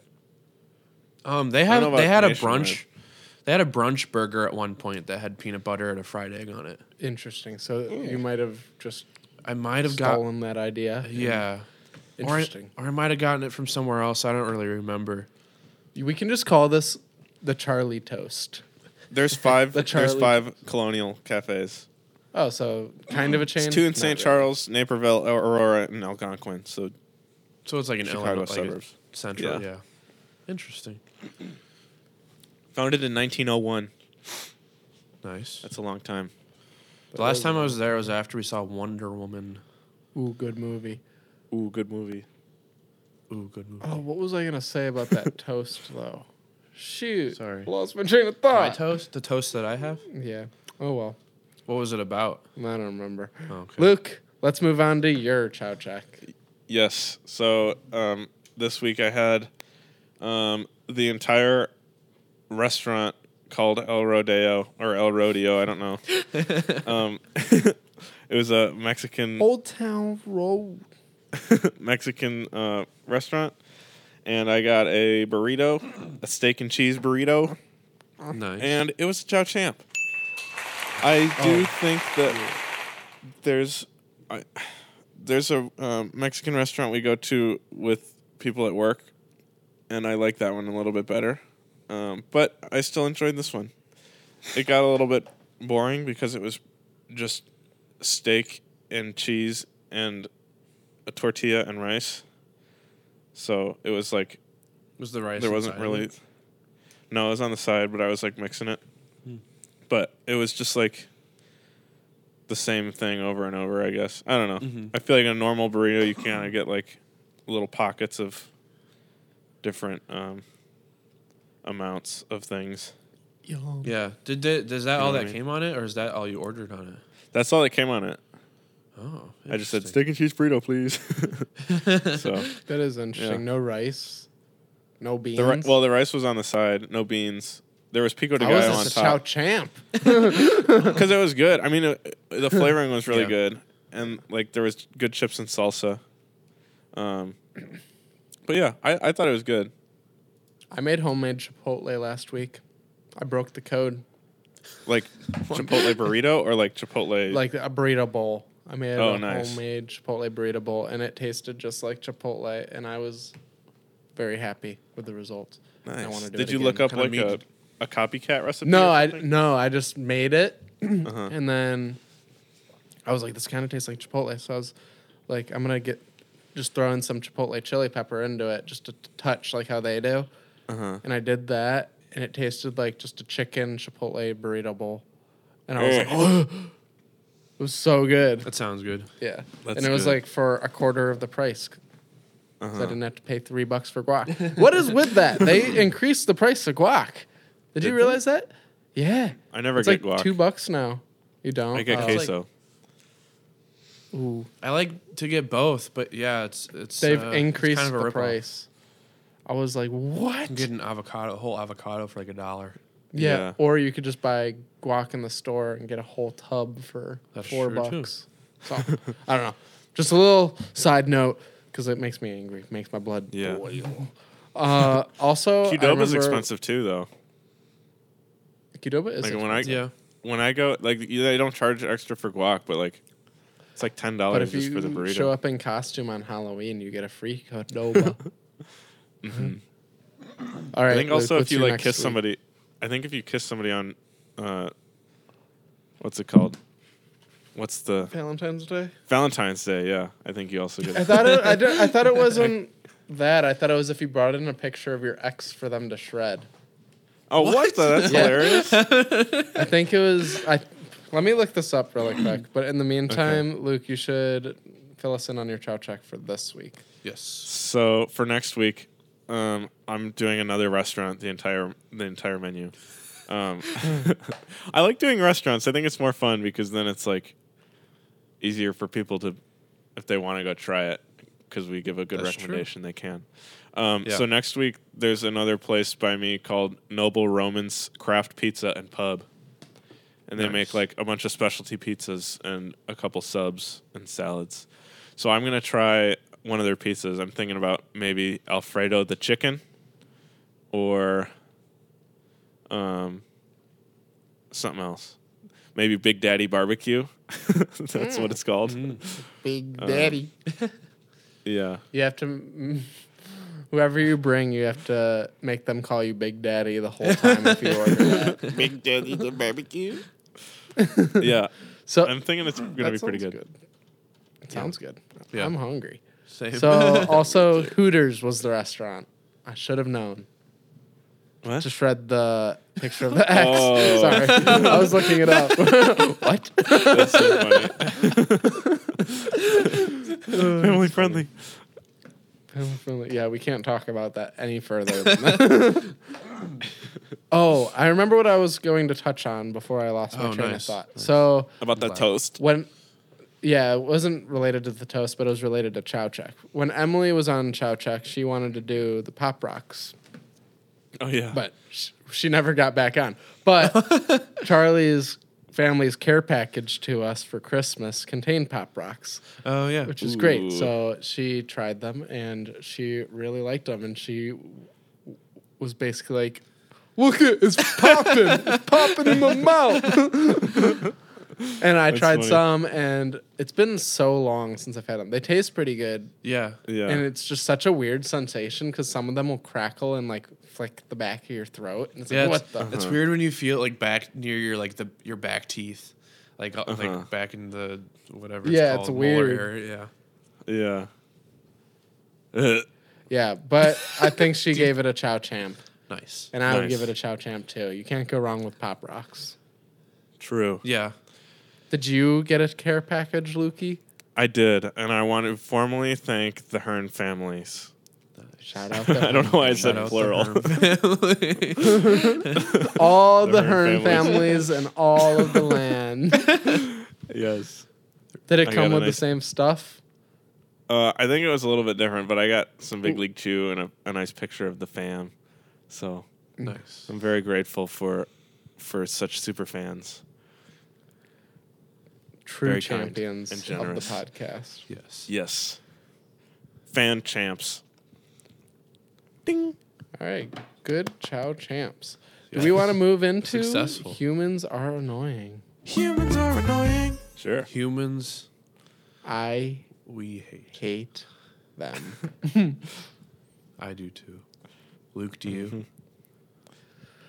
Um, they
know
have
about
they had a
nationwide.
brunch. They had a brunch burger at one point that had peanut butter and a fried egg on it.
Interesting. So you might have just
I might Hmm. have got
stolen that idea.
yeah. Or I,
Interesting.
or I might have gotten it from somewhere else. I don't really remember.
We can just call this the Charlie toast.
There's five
The
there's
Charlie-
five colonial cafes.
Oh, so kind of a chain.
It's two in
Not
St.
really.
Charles, Naperville, Aurora, and Algonquin. So
So it's like an
Chicago
Illinois, like a
suburbs.
central. Yeah.
Yeah.
yeah, Interesting.
Founded in 1901.
Nice.
That's a long time.
The last time I was there was after we saw Wonder Woman.
Ooh, good movie.
Ooh, good movie.
Ooh, good movie.
Oh, what was I gonna say about that toast though? Shoot,
Sorry.
lost my train of thought.
My toast, the toast that I have.
yeah. Oh well,
What was it about?
I don't remember.
Oh, okay.
Luke, let's move on to your chow check.
Yes. So um, this week I had um, the entire restaurant called El Rodeo or El Rodeo. I don't know. um, it was a Mexican
Old Town Road.
Mexican uh, restaurant, and I got a burrito, a steak and cheese burrito,
Nice.
and it was a chow champ. I do think that there's I, there's a um, Mexican restaurant we go to with people at work, and I like that one a little bit better. Um, but I still enjoyed this one. It got a little bit boring because it was just steak and cheese and a tortilla and rice. So it was like
was the rice?
there wasn't
inside of
really.
it?
No, it was on the side, but I was like mixing it. But it was just like the same thing over and over. I guess I don't know. I feel like a normal burrito, you kind of get like little pockets of different um, amounts of things.
Yeah. Did, did does that
know
all
what
that
I mean?
came on it, or is that all you ordered on it?
That's all that came on it.
Oh.
I just said
interesting.
steak and cheese burrito, please. so
That is interesting.
Yeah.
No rice, no beans.
the ri- well, the rice was on the side, no beans. There was pico de
I was
gallo on
just a
top.
chow champ.
because it was good. I mean, it, the flavoring was really
Yeah.
good, and like there was good chips and salsa. Um, but yeah, I, I thought it was good.
I made homemade chipotle last week. I broke the code.
Like Chipotle burrito or like Chipotle.
Like a burrito bowl. I made
Oh,
a
nice.
homemade chipotle burrito bowl, and it tasted just like chipotle, and I was very happy with the results. And I
nice.
wanna do
Did
it
you
again.
look up
Kinda
like a,
meat.
a copycat recipe?
No,
or
I
something?
no, I just made it, and then I was like, this kind of tastes like chipotle. So I was like, I'm gonna get just throw in some chipotle chili pepper into it, just to t- touch like how they do. And I did that, and it tasted like just a chicken chipotle burrito bowl, and I was like, oh, it was so good.
That sounds good.
Yeah, and
That's
it was
good. Uh-huh.
like for a quarter of the price. 'Cause I didn't have to pay three bucks for guac. what is with that? They increased the price of guac. Did, you realize that? Yeah,
I never
it's like
get guac.
two bucks now. You don't.
I get
Oh.
queso.
Ooh.
I like to get both, but yeah, it's it's
They've
uh, it's
increased
kind of a
the
rip-off.
price. I was like, what?
You can get an avocado, a whole avocado for like a dollar.
yeah.
Yeah.
Or you could just buy guac in the store and get a whole tub for
That's
four
true, too.
bucks. So I don't know. Just a little side note because it makes me angry. It makes my blood
Yeah.
boil. Uh, also, I
Qdoba's
remember-
expensive too, though.
Qdoba is
Like
expensive.
when I
Yeah.
when I go, like you- they don't charge extra for guac, but like it's like ten
But
dollars
if
just
you
for the burrito.
show up in costume on Halloween, you get a free Qdoba. All right.
Mm-hmm. I think
Luke,
also
what's
if you
your
like
next
kiss
week?
somebody, I think if you kiss somebody on, uh, what's it called? What's the
Valentine's Day.
Valentine's Day? Yeah, I think you also
I
get.
thought it, I, did, I thought it wasn't that. I thought it was if you brought in a picture of your ex for them to shred.
oh, what? the? That's
Yeah.
hilarious.
I think it was. I let me look this up really quick. But in the meantime, Luke, you should fill us in on your chow check for this week.
Yes.
So for next week, um, I'm doing another restaurant. The entire the entire menu. Um, I like doing restaurants. I think it's more fun because then it's like easier for people to, if they want to go try it, because we give a good
That's true.
recommendation, they can. Um,
Yeah.
So next week, there's another place by me called Noble Romans Craft Pizza and Pub, and they make
Nice.
like a bunch of specialty pizzas and a couple subs and salads. So I'm gonna try one of their pizzas. I'm thinking about maybe Alfredo the chicken, or um, something else. Maybe Big Daddy Barbecue. That's what it's called.
Big Daddy.
Yeah.
you have to. mm, Whoever you bring, you have to make them call you Big Daddy the whole time if you order that.
Big Daddy the barbecue.
Yeah.
So
I'm thinking it's gonna
that
be pretty
sounds
good.
It sounds good.
Yeah.
I'm hungry.
Same.
So also Hooters was the restaurant. I should have known.
What?
Just read the picture of the X.
Oh.
Sorry, I was looking it up. what?
That's so funny. Family friendly.
yeah, we can't talk about that any further. Than that. oh, I remember what I was going to touch on before I lost my
Oh,
train
nice,
of thought. So
About that toast.
when yeah it wasn't related to the toast but it was related to chow check when emily was on chow check she wanted to do the pop rocks
Oh yeah.
but sh- she never got back on but charlie's family's care package to us for christmas contained pop rocks
Oh yeah.
which is great
Ooh.
so she tried them and she really liked them and she w- was basically like look at it's popping it's popping in my mouth and i tried
funny.
some and it's been so long since i've had them they taste pretty good
yeah.
yeah.
and it's just such a weird sensation because some of them will crackle and like flick the back of your throat and it's
Yeah.
like
It's, Uh-huh.
what
Uh-huh.
the
it's weird when you feel it, like back near your like the your back teeth, like uh,
Uh-huh.
like back in the whatever.
Yeah,
it's,
it's
called, molar
weird.
area, Yeah.
yeah. Ugh.
yeah but i think she gave it a chow champ
Nice.
and i would
Nice.
give it a chow champ too you can't go wrong with pop rocks
True.
Yeah.
Did you get a care package, Lukey?
I did, and I want to formally thank the Hearn families.
Shout out
I don't know why I said
Shout out to
plural.
Herm family.
all the,
The
Hearn
Hearn
families. and all of the land.
yes.
Did
I
it
got
come
a
with the
nice-
same stuff?
Uh, I think it was a little bit different, but I got some Big League Chew and a, a nice picture of the fam. So
nice.
I'm very grateful for for such super fans.
True
Very kind
champions
and
of the
generous.
podcast.
Yes.
Yes. Fan champs. Ding.
All right, good chow champs. Do we want to move into
Successful.
humans are annoying?
Humans are annoying. Sure.
Humans,
I
we hate.
hate them.
I do too. Luke, do you?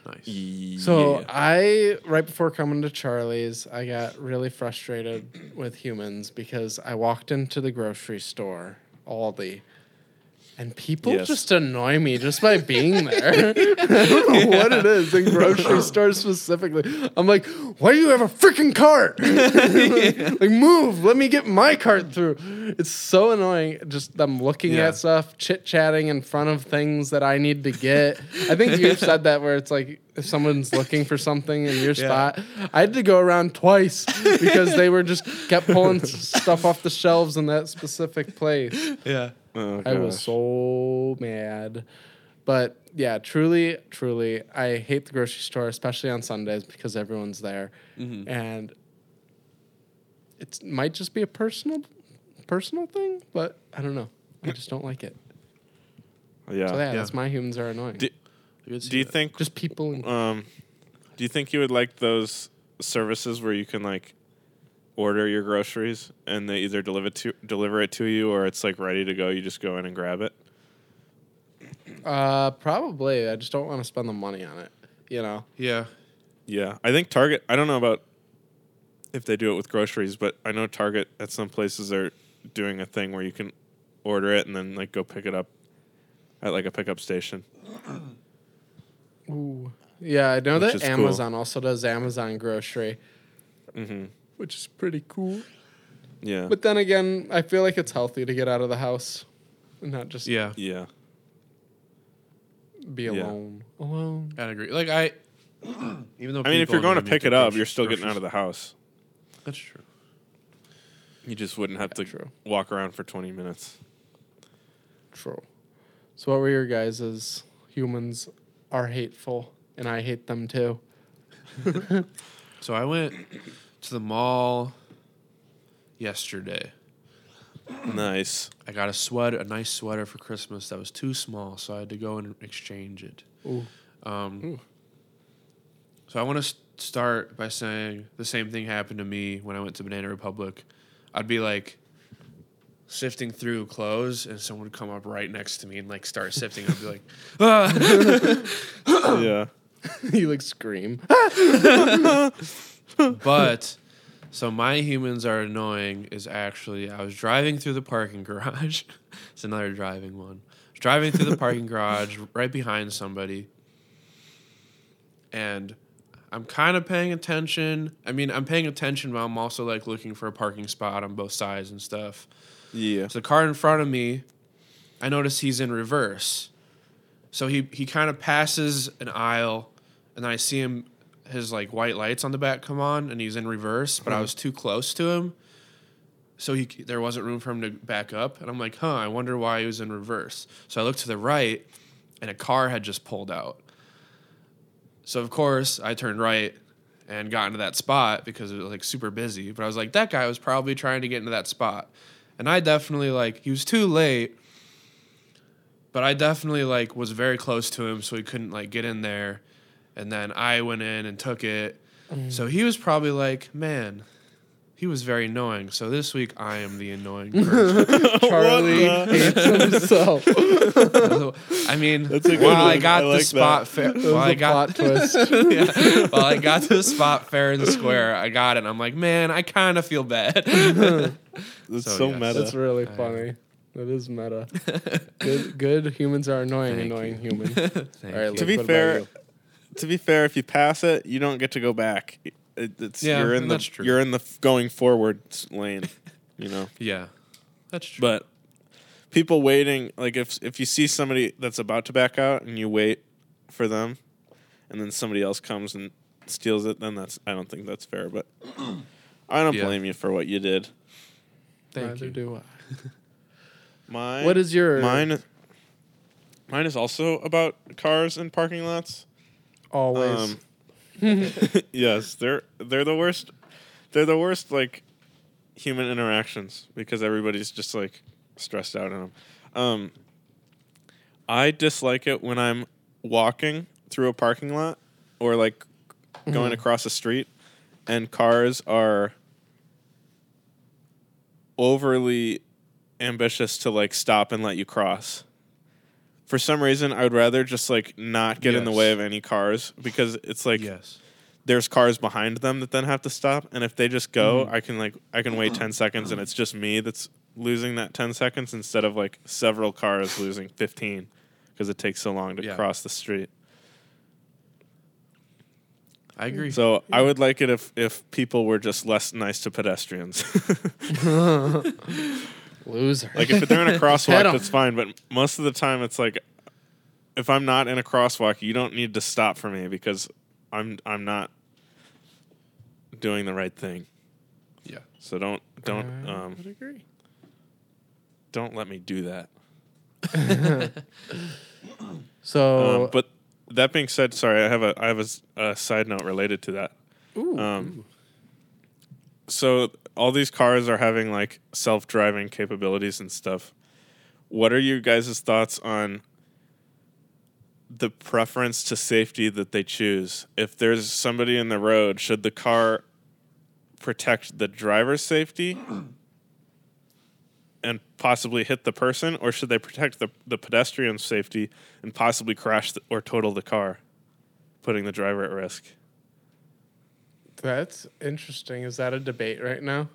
Mm-hmm.
Nice.
So I right before coming to Charlie's, I got really frustrated with humans because I walked into the grocery store, Aldi, and people
Yes.
just annoy me just by being there. I don't know what it is in grocery stores specifically. I'm like, why do you have a freaking cart? like move, let me get my cart through. It's so annoying just them looking
Yeah.
at stuff, chit-chatting in front of things that I need to get. I think you've said that where it's like if someone's looking for something in your spot, I had to go around twice because they were just kept pulling s- stuff off the shelves in that specific place.
yeah.
Oh,
I was
gosh.
so mad. But yeah, truly, truly, I hate the grocery store, especially on Sundays because everyone's there, and it might just be a personal, personal thing. But I don't know. I just don't like it.
Yeah.
So Oh, yeah,
Yeah.
that's my humans are annoying.
Do-
I could see
Do you
that.
think
just people. In-
um do you think you would like those services where you can like order your groceries and they either deliver to deliver it to you or it's like ready to go you just go in and grab it
uh, probably. I just don't want to spend the money on it. You know.
Yeah.
yeah i think target i don't know about if they do it with groceries but i know target at some places are doing a thing where you can order it and then like go pick it up at like a pickup station
Ooh. Yeah, I know
Which
that
is cool.
Amazon also does Amazon grocery, which is pretty cool.
yeah
But then again, I feel like it's healthy to get out of the house and not just
Yeah.
yeah
be
Yeah.
alone. Alone.
I'd agree. Like I, even though
i mean if
people
you're going to
annoy me at
pick
the
it up
grocery-
you're still getting
grocery
out of the house
store- That's true.
you just wouldn't have to
true.
walk around for 20 minutes
True. So what were your guys' humans are hateful and I hate them too.
So I went to the mall yesterday.
nice
I got a sweater, a nice sweater for Christmas that was too small, so I had to go and exchange it.
Ooh.
Um, So I want to start by saying the same thing happened to me when I went to Banana Republic. I'd be like sifting through clothes, and someone would come up right next to me and like start sifting. I'd be like, ah!
yeah
you like scream.
but so my humans are annoying is actually I was driving through the parking garage. it's another driving one. I was driving through the parking garage right behind somebody, and I'm kind of paying attention. I mean, I'm paying attention, but I'm also like looking for a parking spot on both sides and stuff.
Yeah.
So the car in front of me, I notice he's in reverse. So he he kind of passes an aisle, and I see him his like white lights on the back come on, and he's in reverse. But I was too close to him, so he there wasn't room for him to back up. And I'm like, huh, I wonder why he was in reverse. So I looked to the right, and a car had just pulled out. So of course I turned right and got into that spot because it was like super busy. But I was like, that guy was probably trying to get into that spot. And I definitely like he was too late. But I definitely like was very close to him so he couldn't like get in there. And then I went in and took it. So he was probably like, Man, he was very annoying. So this week I am the annoying person.
Charlie hates himself.
I mean,
a good
while I
one.
got
I
the
like
spot
that.
fair
It
while
was
I
a
got
plot twist.
yeah. Well, I got to the spot fair and square. I got it. And I'm like, man, I kind of feel bad.
That's
So,
so,
yes.
meta.
That's really funny. That is meta. Good, good humans are annoying, annoying human. All right,
to
Luke,
be
what about
fair,
you?
to be fair, if you pass it, you don't get to go back. It, it's
Yeah,
you're in the
that's true.
you're in the f- going forward s- lane, you know.
yeah, that's true.
But people waiting, like if if you see somebody that's about to back out and you wait for them, and then somebody else comes and steals it, then that's I don't think that's fair. But I don't
Yeah.
blame you for what you did.
Thank
Neither
you.
do I.
Mine.
What is your-
mine? is- Mine is also about cars and parking lots.
Always.
Um, yes, they're they're the worst. They're the worst like human interactions because everybody's just like stressed out in them. Um, I dislike it when I'm walking through a parking lot or like going across a street and cars are overly ambitious to like stop and let you cross. For some reason, I would rather just like not get in the
Yes.
way of any cars because it's like
yes.
there's cars behind them that then have to stop and if they just go i can like i can wait 10 seconds and it's just me that's losing that 10 seconds instead of like several cars losing 15 because it takes so long to
Yeah.
cross the street
I agree.
so i would like it if if people were just less nice to pedestrians
Loser.
um, like if they're in a
Hit
crosswalk
'em.
that's fine but most of the time it's like if i'm not in a crosswalk you don't need to stop for me because i'm i'm not doing the right thing
yeah.
so don't don't
I
um
would agree.
don't let me do that
So,
Um, but that being said, sorry, I have a I have a, s- a side note related to that.
Ooh.
Um, so all these cars are having like self driving capabilities and stuff. What are you guys' thoughts on the preference to safety that they choose? If there's somebody in the road, should the car protect the driver's safety and possibly hit the person, or should they protect the, the pedestrian's safety and possibly crash the, or total the car, putting the driver at risk?
that's interesting. Is that a debate right now?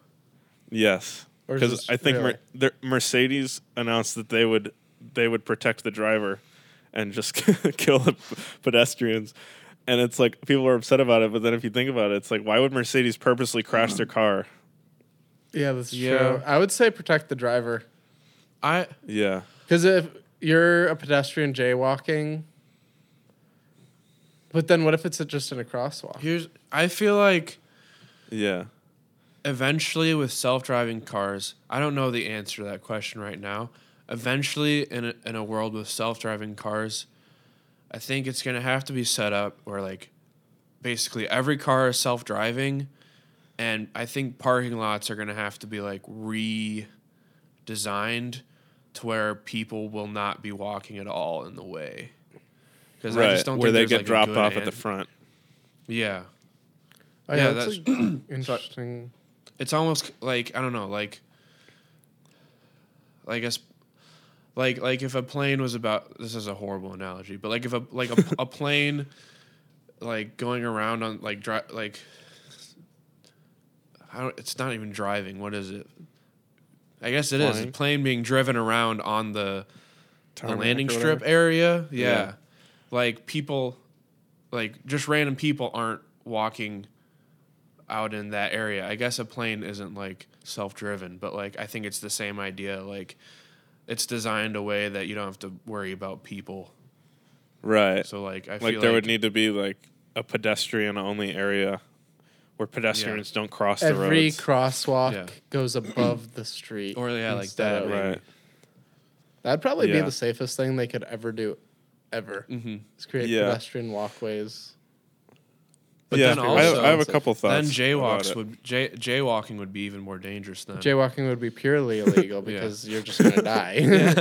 Yes,
Or is
because
this
I think
really-
Mer- the Mercedes announced that they would they would protect the driver and just kill the p- pedestrians. And it's like people are upset about it, but then if you think about it, it's like why would Mercedes purposely crash their car?
Yeah, that's
Yeah.
true. I would say protect the driver.
I
Yeah,
Because if you're a pedestrian jaywalking, but then what if it's just in a crosswalk?
here's. I feel like
yeah,
eventually with self-driving cars, I don't know the answer to that question right now. Eventually, in a, in a world with self-driving cars, I think it's gonna have to be set up where like basically every car is self-driving, and I think parking lots are gonna have to be like redesigned to where people will not be walking at all in the way. Because I
right.
just don't
Where
think
they
there's,
get
like, a
dropped
good
off at the
an-
front.
Yeah.
Oh,
Yeah,
that's,
that's-
an interesting.
it's almost like I don't know, like, like a, sp- like like if a plane was about this is a horrible analogy, but like if a like a, a plane, like going around on like dri- like, I don't. It's not even driving. What is it? I guess it is
Flying?
A plane being driven around on the the
Tarmac
landing
or
strip
whatever.
area. Yeah.
Yeah.
Like people like just random people aren't walking out in that area. I guess a plane isn't like self-driven, but like I think it's the same idea. Like it's designed a way that you don't have to worry about people.
Right.
So like I feel
like there would need to be like a pedestrian only area where pedestrians don't cross the
Every
roads.
crosswalk
Yeah.
goes above the street.
Or, yeah, like
instead
that,
of-
right.
That'd probably
Yeah. Mm.
be the safest thing they could ever do, ever.
Mhm.
Mm-hmm. Is create
Yeah.
pedestrian walkways.
But
yeah.
then
I, have-
also-
I have a couple
then
thoughts. about
jaywalks
it.
would jay, jaywalking would be even more dangerous then.
Jaywalking would be purely illegal because you're just gonna die.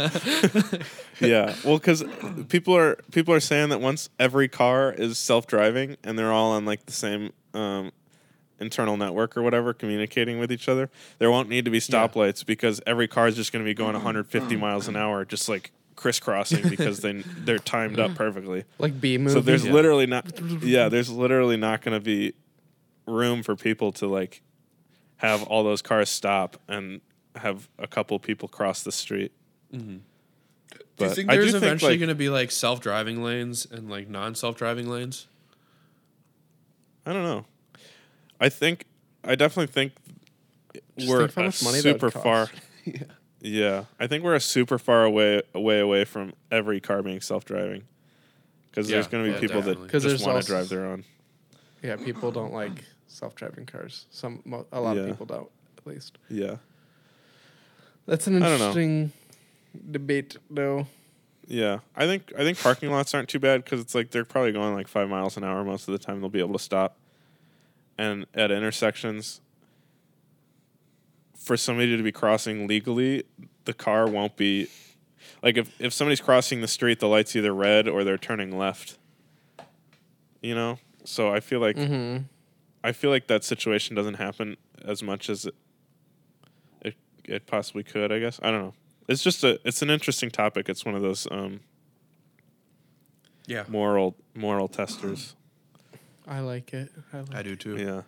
yeah. Well, because people are people are saying that once every car is self driving and they're all on like the same um, internal network or whatever, communicating with each other, there won't need to be stoplights because every car is just going to be going 150 miles an hour, just like crisscrossing because they they're timed up perfectly.
like B movie.
So there's literally not yeah, there's literally not going to be room for people to like have all those cars stop and have a couple people cross the street.
Mm-hmm.
do you
But
think
I do
there's
think,
eventually
like-
going to be like self-driving lanes and like non-self-driving lanes?
I don't know. I think I definitely think we're
think how
a
much money that would
uh, super far.
cost.
yeah. I think we're a super far away way away from every car being self driving. Because there's
Yeah,
going to be
yeah,
people
definitely.
that
'Cause
just
there's
want to
also-
drive their own.
yeah, people don't like self-driving cars. Some mo- a lot
Yeah.
of people don't, at least.
Yeah,
That's an
I don't know.
interesting debate, though.
yeah. I think I think parking lots aren't too bad because it's like they're probably going like five miles an hour most of the time. They'll be able to stop, and at intersections, for somebody to be crossing legally, the car won't be like if, if somebody's crossing the street, the light's either red or they're turning left. You know? So I feel like I feel like that situation doesn't happen as much as it, it it possibly could, I guess. I don't know. It's just a it's an interesting topic. It's one of those um
Yeah.
moral moral testers.
I like it. I like
I do too.
Yeah.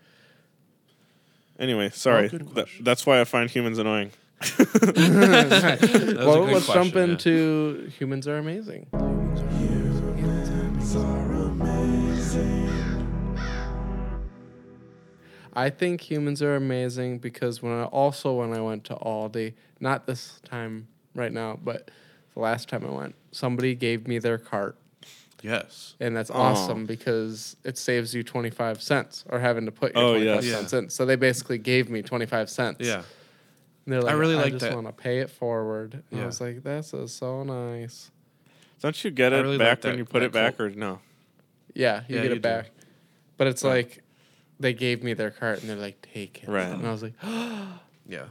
Anyway, sorry.
good
Tha-
question.
that's why I find humans annoying.
it.
That was a
well,
good
let's
question,
jump
yeah.
into humans are amazing. I think humans are amazing because when I also when I went to Aldi, not this time right now, but the last time I went, somebody gave me their cart.
Yes.
And
Oh.
that's awesome because it saves you 25 cents or having to put your
Oh,
25
yes.
Yeah.
cents in. So they basically gave me 25 cents.
Yeah.
And they're like, I
really
really like
like
just
that."
want to pay it forward. And
Yeah.
I was like, this is so nice.
Don't you get
I
it
really like
back
that-
when you put
that
it back or no?
Yeah, you
Yeah,
get
you
it
do.
back. But it's like they gave me their cart and they're like, take it.
Right.
And I was like,
Yeah.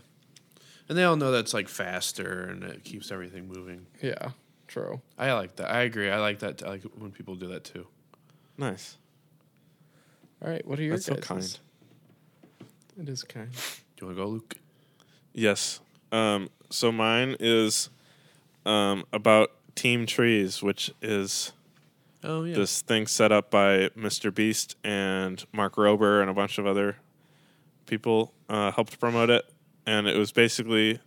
And they all know that's like faster and it keeps everything moving.
yeah, true.
I like that. I agree. I like that. I like when people do that too.
Nice.
All right, what are your
That's so
guys's?
kind.
It is kind.
Do you want to go, Luke?
Yes. Um, so mine is um, about Team Trees, which is
Oh yeah.
this thing set up by Mr. Beast and Mark Rober and a bunch of other people uh, helped promote it. And it was basically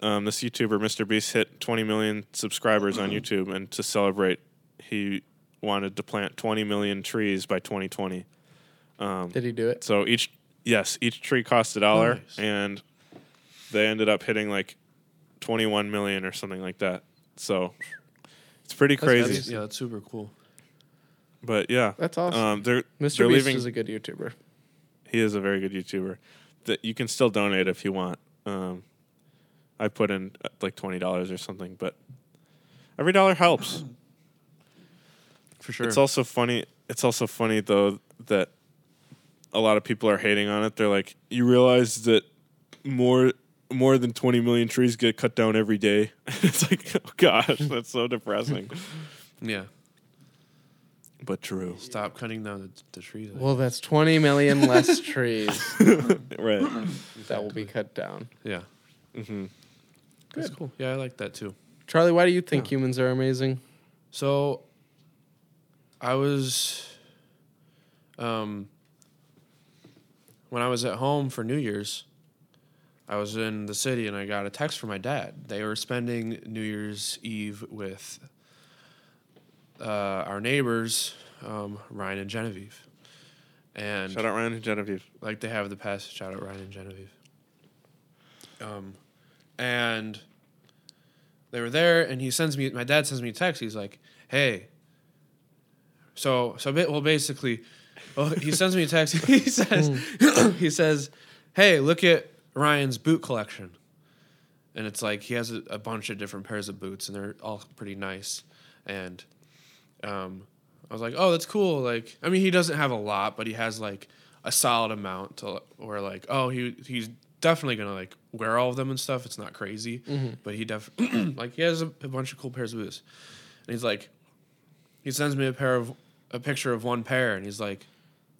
um, this YouTuber, Mr. Beast, hit 20 million subscribers
Mm-hmm.
on YouTube. And to celebrate, he wanted to plant 20 million trees by 2020.
Did he do it?
So each yes, each tree cost a dollar,
Nice.
and they ended up hitting like twenty one million or something like that. So it's pretty crazy.
That's- yeah, that's super cool.
But yeah,
That's awesome.
Um, they're
Mr.
they're
Beast
leaving-
is a good YouTuber.
he is a very good YouTuber. That you can still donate if you want. Um, I put in uh, like twenty dollars or something, but every dollar helps.
For sure.
It's also funny. It's also funny though that a lot of people are hating on it. They're like, you realize that more more than twenty million trees get cut down every day. it's like, oh gosh, that's so depressing,
yeah.
but true.
Stop cutting down the, the trees.
Well, that's 20 million less trees
Right.
that will be cut down.
yeah. Mm-hmm. That's
Good.
cool. Yeah, I like that too.
Charlie, why do you think humans are amazing?
So I was um when I was at home for New Year's, I was in the city and I got a text from my dad. They were spending New Year's Eve with uh, our neighbors um, Ryan and Genevieve, and
Shout out Ryan and Genevieve.
like they have the past. Shout out Ryan and Genevieve. Um, and they were there, and he sends me. My dad sends me a text. He's like, "Hey." So so ba- well basically, well, he sends me a text. He says he says, "Hey, look at Ryan's boot collection." And it's like he has a, a bunch of different pairs of boots, and they're all pretty nice. And um, I was like, oh, that's cool. Like, I mean, he doesn't have a lot, but he has like a solid amount to where like, oh, he he's definitely gonna like wear all of them and stuff. It's not crazy, but he def like he has a, a bunch of cool pairs of boots, and he's like, he sends me a pair of a picture of one pair, and he's like,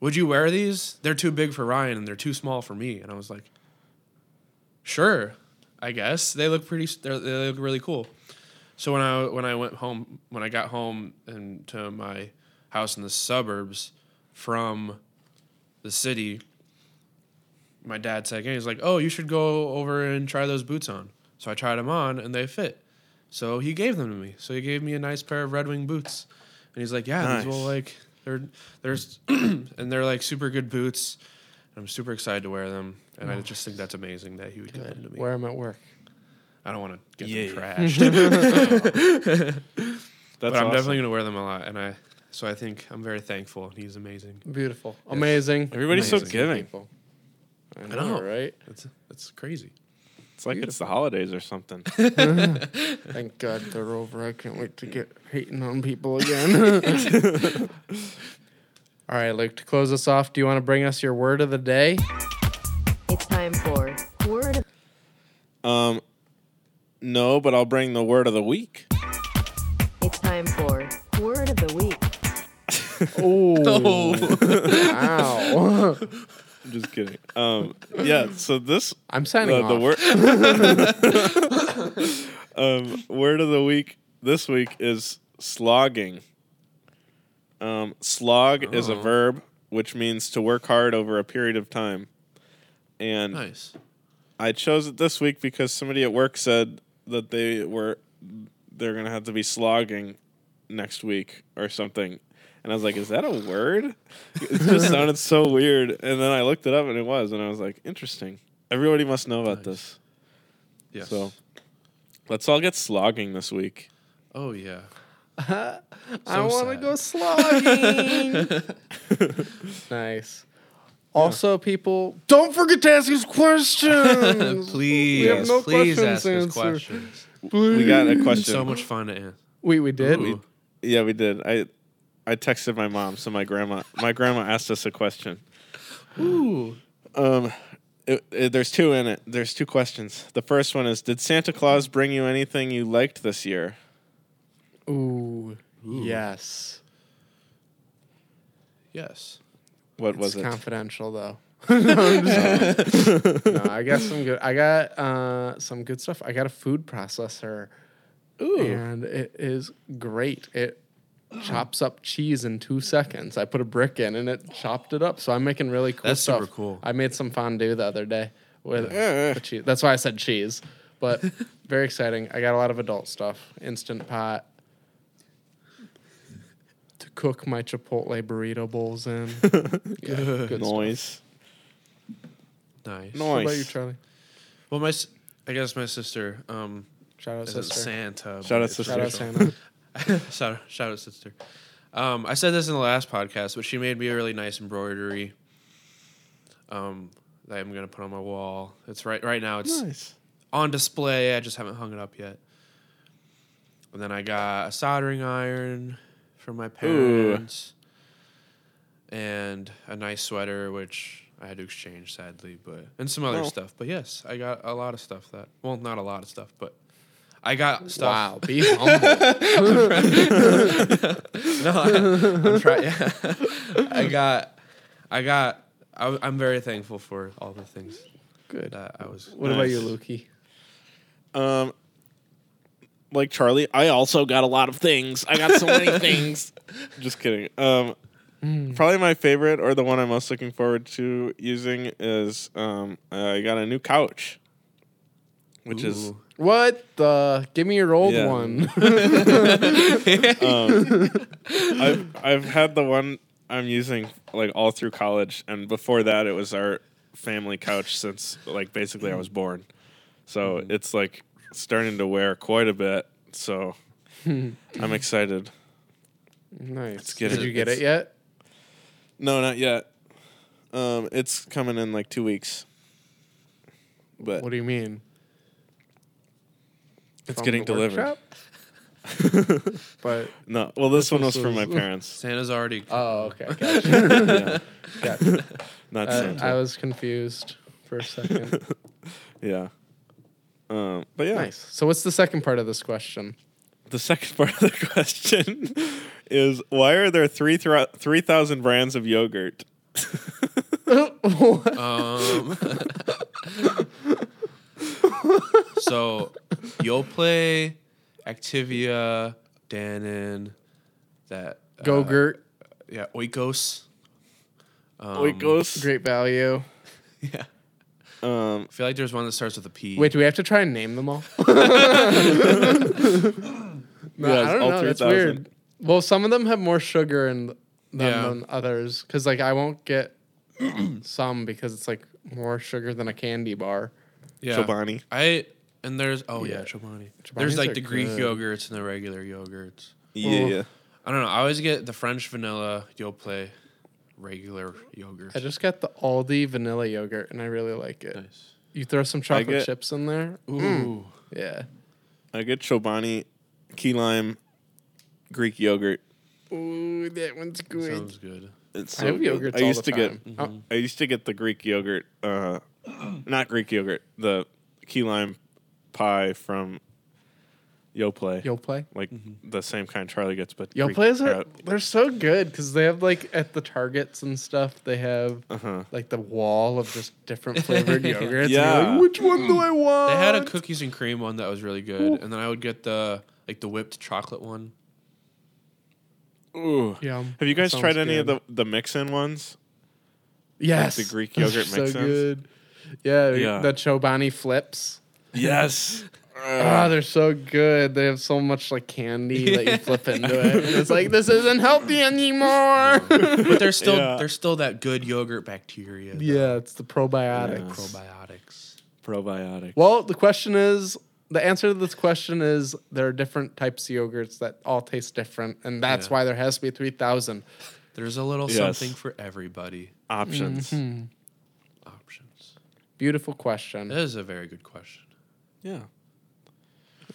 would you wear these? They're too big for Ryan, and they're too small for me. And I was like, sure, I guess they look pretty. s- they're- They look really cool. So when I when I went home when I got home and to my house in the suburbs from the city, my dad said again, he's like, "Oh, you should go over and try those boots on." So I tried them on and they fit. So he gave them to me. So he gave me a nice pair of Red Wing boots, and he's like, "Yeah, these will
Nice.
like they're there's and they're like super good boots." I'm super excited to wear them, and
Oh.
I just think that's amazing that he would give them to me.
Where I'm at work.
I don't want to get
Yeah.
them trashed.
That's
but I'm
awesome.
definitely gonna wear them a lot, and I so I think I'm very thankful. He's amazing.
Beautiful. Amazing.
Everybody's so
Amazing
giving.
people. I know,
know.
right?
That's that's crazy.
It's like it's the holidays or something.
Thank God they're over. I can't wait to get hating on people again. All right, Luke, to close us off, do you want to bring us your word of the day?
It's time for Word of
um, no, but I'll bring the word of the week.
It's time for Word of the Week.
Oh, wow.
I'm just kidding. Um, yeah. So this uh,
I'm signing
the,
off.
the word. um, word of the week this week is slogging. Um, slog is a verb which means to work hard over a period of time, and
Nice.
I chose it this week because somebody at work said that they were they're gonna have to be slogging next week or something. And I was like, is that a word? It just sounded so weird. And then I looked it up and it was, and I was like, interesting. Everybody must know about this.
Yes.
So let's all get slogging this week.
Oh yeah.
I
So
want to
sad.
go slogging. nice. Also, people, don't forget to ask us questions.
Please,
have no
please ask
questions
us
answered.
questions.
We got a question.
So much fun to answer.
Wait, we did?
Ooh.
Yeah, we did. I I texted my mom, so my grandma my grandma asked us a question.
Ooh.
Um, it, it- there's two in it. There's two questions. The first one is, did Santa Claus bring you anything you liked this year?
Ooh. Yes.
Yes.
What was
It's
it?
confidential, though. No, I'm just- no, I got some good. I got uh, some good stuff. I got a food processor, and it is great. It chops up cheese in two seconds. I put a brick in, and it chopped it up. So I'm making really cool
That's
stuff.
super cool.
I made some fondue the other day with the cheese. That's why I said cheese, but very exciting. I got a lot of adult stuff. Instant pot. To cook my Chipotle burrito bowls in. Yeah, good stuff.
Noise.
Nice.
No.
What about you,
Nice.
Charlie?
Well, my s- I guess my sister. Um,
Shout out,
isn't
sister.
Santa. but
Shout out
it's
sister.
Shout out,
Rachel.
Santa.
shout, out- shout out, sister. Um, I said this in the last podcast, but she made me a really nice embroidery. Um, that I'm gonna put on my wall. It's right right now. It's
Nice.
on display. I just haven't hung it up yet. And then I got a soldering iron from my parents, and a nice sweater, which I had to exchange sadly, but and some other
Oh.
stuff. But yes, I got a lot of stuff that well, not a lot of stuff, but I got stuff.
Wow, be humble.
No, I, I'm trying. Yeah. I got, I got. I, am very thankful for all the things
Good.
that I was.
What about
Nice.
you, Lukey?
Um, like Charlie, I also got a lot of things. I got so many things. Just kidding. Um, probably my favorite or the one I'm most looking forward to using is um, I got a new couch, which is
Ooh.
What the? Give me your old
Yeah.
one. uh,
I've I've had the one I'm using like all through college, and before that, it was our family couch since like basically I was born. So it's like starting to wear quite a bit. So I'm excited.
nice.
get
Did
it.
you get it
It's-
yet?
No, not yet. Um, it's coming in like two weeks. But
What do you mean?
it's
From
getting
the
delivered.
workshop? but
No, well, this, one was from my
was-
parents,
Santa's already.
Uh,
oh, okay. Gotcha. Gotcha.
not
Uh,
Santa.
I was confused for a second.
yeah. Um, but yeah,
nice. So, what's the second part of this question?
the second part of the question is why are there three thro- 3,000 brands of yogurt?
Um, so Yoplait, Activia, Dannon, that uh,
Gogurt,
yeah, Oikos. Um,
Oikos.
Great Value.
Yeah,
Um,
I feel like there's one that starts with a P.
Wait, do we have to try and name them all? no,
Yeah,
I
it's
don't
all
know. That's
3,000.
weird. Well, some of them have more sugar in them
Yeah.
than others. Because, like, I won't get some because it's, like, more sugar than a candy bar.
yeah.
Chobani.
I and there's oh yeah,
Yeah.
Chobani.
Chobani's
There's like
are
the Greek
good.
yogurts and the regular yogurts.
Yeah.
I don't know. I always get the French vanilla Yoplait regular yogurt.
I just got the Aldi vanilla yogurt and I really like it.
nice.
You throw some chocolate
get-
chips in there.
Ooh.
Yeah.
I get Chobani, key lime, Greek yogurt.
Ooh, that one's good.
Sounds good.
I
It's so
have
good.
yogurts
I
all
used
the
to
time. Oh,
get mm-hmm. I used to get the Greek yogurt, uh, not Greek yogurt, the key lime pie from Yoplait.
You'll play?
Like
Mm-hmm.
the same kind Charlie gets, but
Yo
Greek
plays are
carrot.
they're so good because they have like at the targets and stuff they have
Uh-huh.
like the wall of just different flavored yogurts. and you're
Yeah.
like, which one do I want?
Mm. They had a cookies and cream one that was really good, and then I would get the like the whipped chocolate one.
Ooh.
Yum.
Have you guys
Sounds
tried any of the
good.
the mix in ones?
yes
the Greek
Those
yogurt
are
mix-ins?
So good. Yeah,
Yeah.
the Chobani flips.
Yes.
Ah, they're so good. They have so much like candy that you flip into it, and it's like this isn't healthy anymore.
But there's still
Yeah.
there's still that good yogurt bacteria. the
yeah, it's the probiotics.
Probiotics.
Probiotic.
Well, the question is the answer to this question is there are different types of yogurts that all taste different, and that's
Yeah.
why there has to be 3,000.
There's a little
Yes.
something for everybody.
Options.
Mm-hmm.
Options.
Beautiful question.
That is a very good question.
Yeah.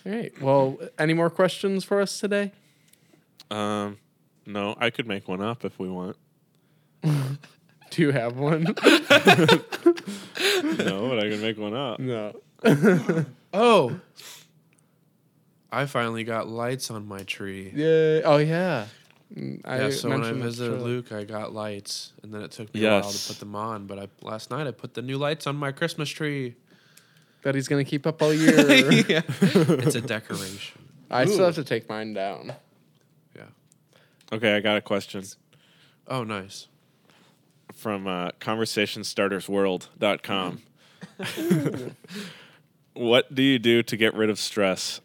All right. Well, any more questions for us today?
Um, no, I could make one up if we want.
Do you have one?
No, but I could make one up.
no.
Oh. I finally got lights on my tree.
Yeah. Oh, yeah. Mm, I
yeah, so when I
mentioned this
visited
earlier.
Luke, I got lights, and then it took me a while to
Yes.
put them on. But I, last night I put the new lights on my Christmas tree.
that he's going to keep up all year.
it's a decoration.
I still have to take mine down.
Yeah.
Okay, I got a question
Oh, nice.
from uh, conversationstartersworld.com. what do you do to get rid of stress?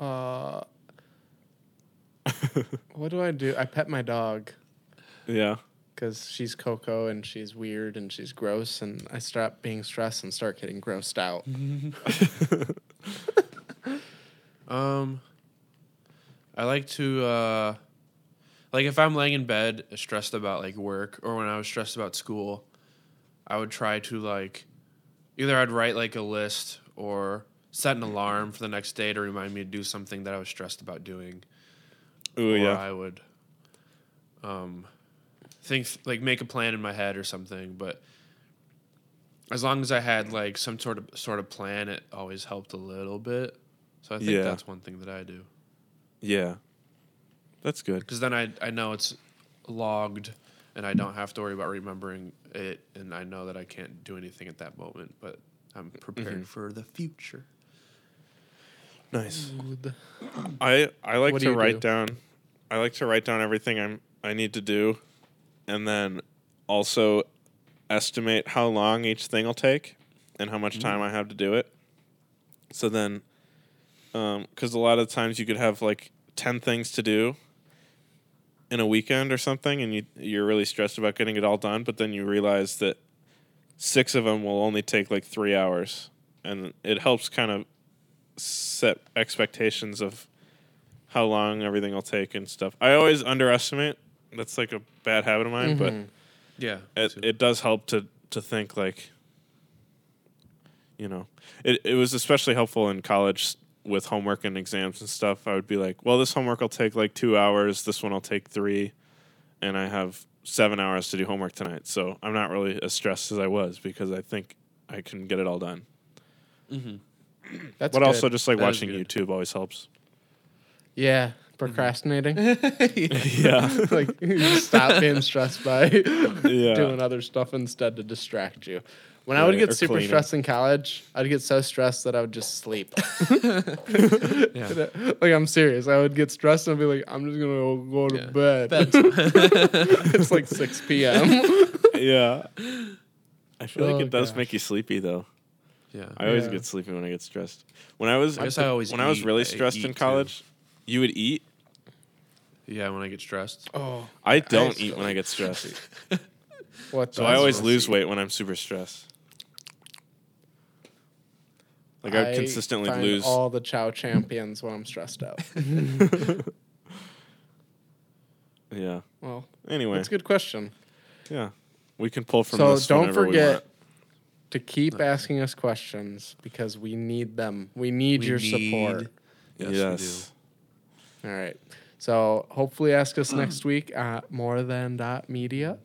Uh, what do I do? I pet my dog.
Yeah.
because she's Coco and she's weird and she's gross, and I stop being stressed and start getting grossed out.
Um, I like to uh, like if I'm laying in bed stressed about like work or when I was stressed about school, I would try to like either I'd write like a list or set an alarm for the next day to remind me to do something that I was stressed about doing.
Ooh,
or
yeah.
I would um think like make a plan in my head or something, but as long as I had like some sort of sort of plan, it always helped a little bit. So I think
Yeah.
that's one thing that I do
Yeah. That's good.
because then I I know it's logged and I don't have to worry about remembering it, and I know that I can't do anything at that moment, but I'm
Mm-hmm.
prepared for the future.
Nice.
Good.
I I like
What do
to
you
write
do?
down. I like to write down everything I'm I need to do, and then also estimate how long each thing will take. and how
Mm-hmm.
much time I have to do it. So then, because a lot of times you could have like ten things to do in a weekend or something, and you you're really stressed about getting it all done, but then you realize that six of them will only take like three hours, and it helps kind of set expectations of how long everything will take and stuff. I always underestimate. That's like a bad habit of mine, but
Yeah.
it, it does help to to think like you know it, it was especially helpful in college with homework and exams and stuff i would be like well this homework will take like two hours this one will take three and i have seven hours to do homework tonight so i'm not really as stressed as i was because i think i can get it all done
That's
but
good.
also just like
That is
watching
good.
youtube always helps
yeah, procrastinating.
yeah
like you just stop being stressed by
Yeah.
doing other stuff instead to distract you. When I
Right,
would
or
get super
cleaning.
stressed in college, I'd get so stressed that I would just sleep.
Yeah.
like I'm serious. I would get stressed and I'd be like, I'm just gonna go to
Yeah.
bed. it's like 6 p.m.
yeah i feel like
Oh,
it does
gosh.
make you sleepy though
Yeah.
I always
Yeah.
get sleepy when I get stressed. When I was
I guess I always
when I was
eat-
really
I
stressed
eat,
in
too.
college, you would eat.
Yeah, when I get stressed.
oh,
I don't eat
still
when I get stressed,
what?
so
the-
I always lose weight when I'm super stressed. Like I would
I
consistently
find
lose.
all the Chow champions when I'm stressed out.
yeah.
well,
Anyway,
that's a good question.
yeah, we can pull from
so
this.
don't
whenever we
forget
want.
to keep asking us questions because we need them. We need
We
your
need-
support.
Yes, we
yes.
All right. So hopefully ask us next week at more than dot media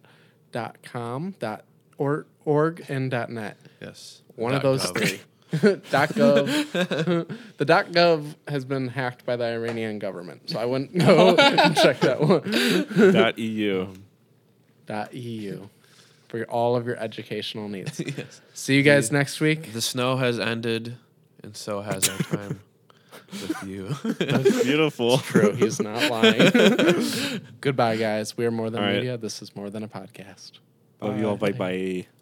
dot com dot or, org and dot net.
Yes.
One of
Dot
those
gov.
three. dot gov. the dot gov has been hacked by the Iranian government. So I wouldn't go and check that one.
Dot eu.
Dot EU for your, all of your educational needs.
yes.
See you guys next week.
The snow has ended, and so has our time with you.
That's beautiful.
True, he's not lying. Goodbye, guys. We are more than
All right.
media. This is more than a podcast.
Love you all. Bye bye.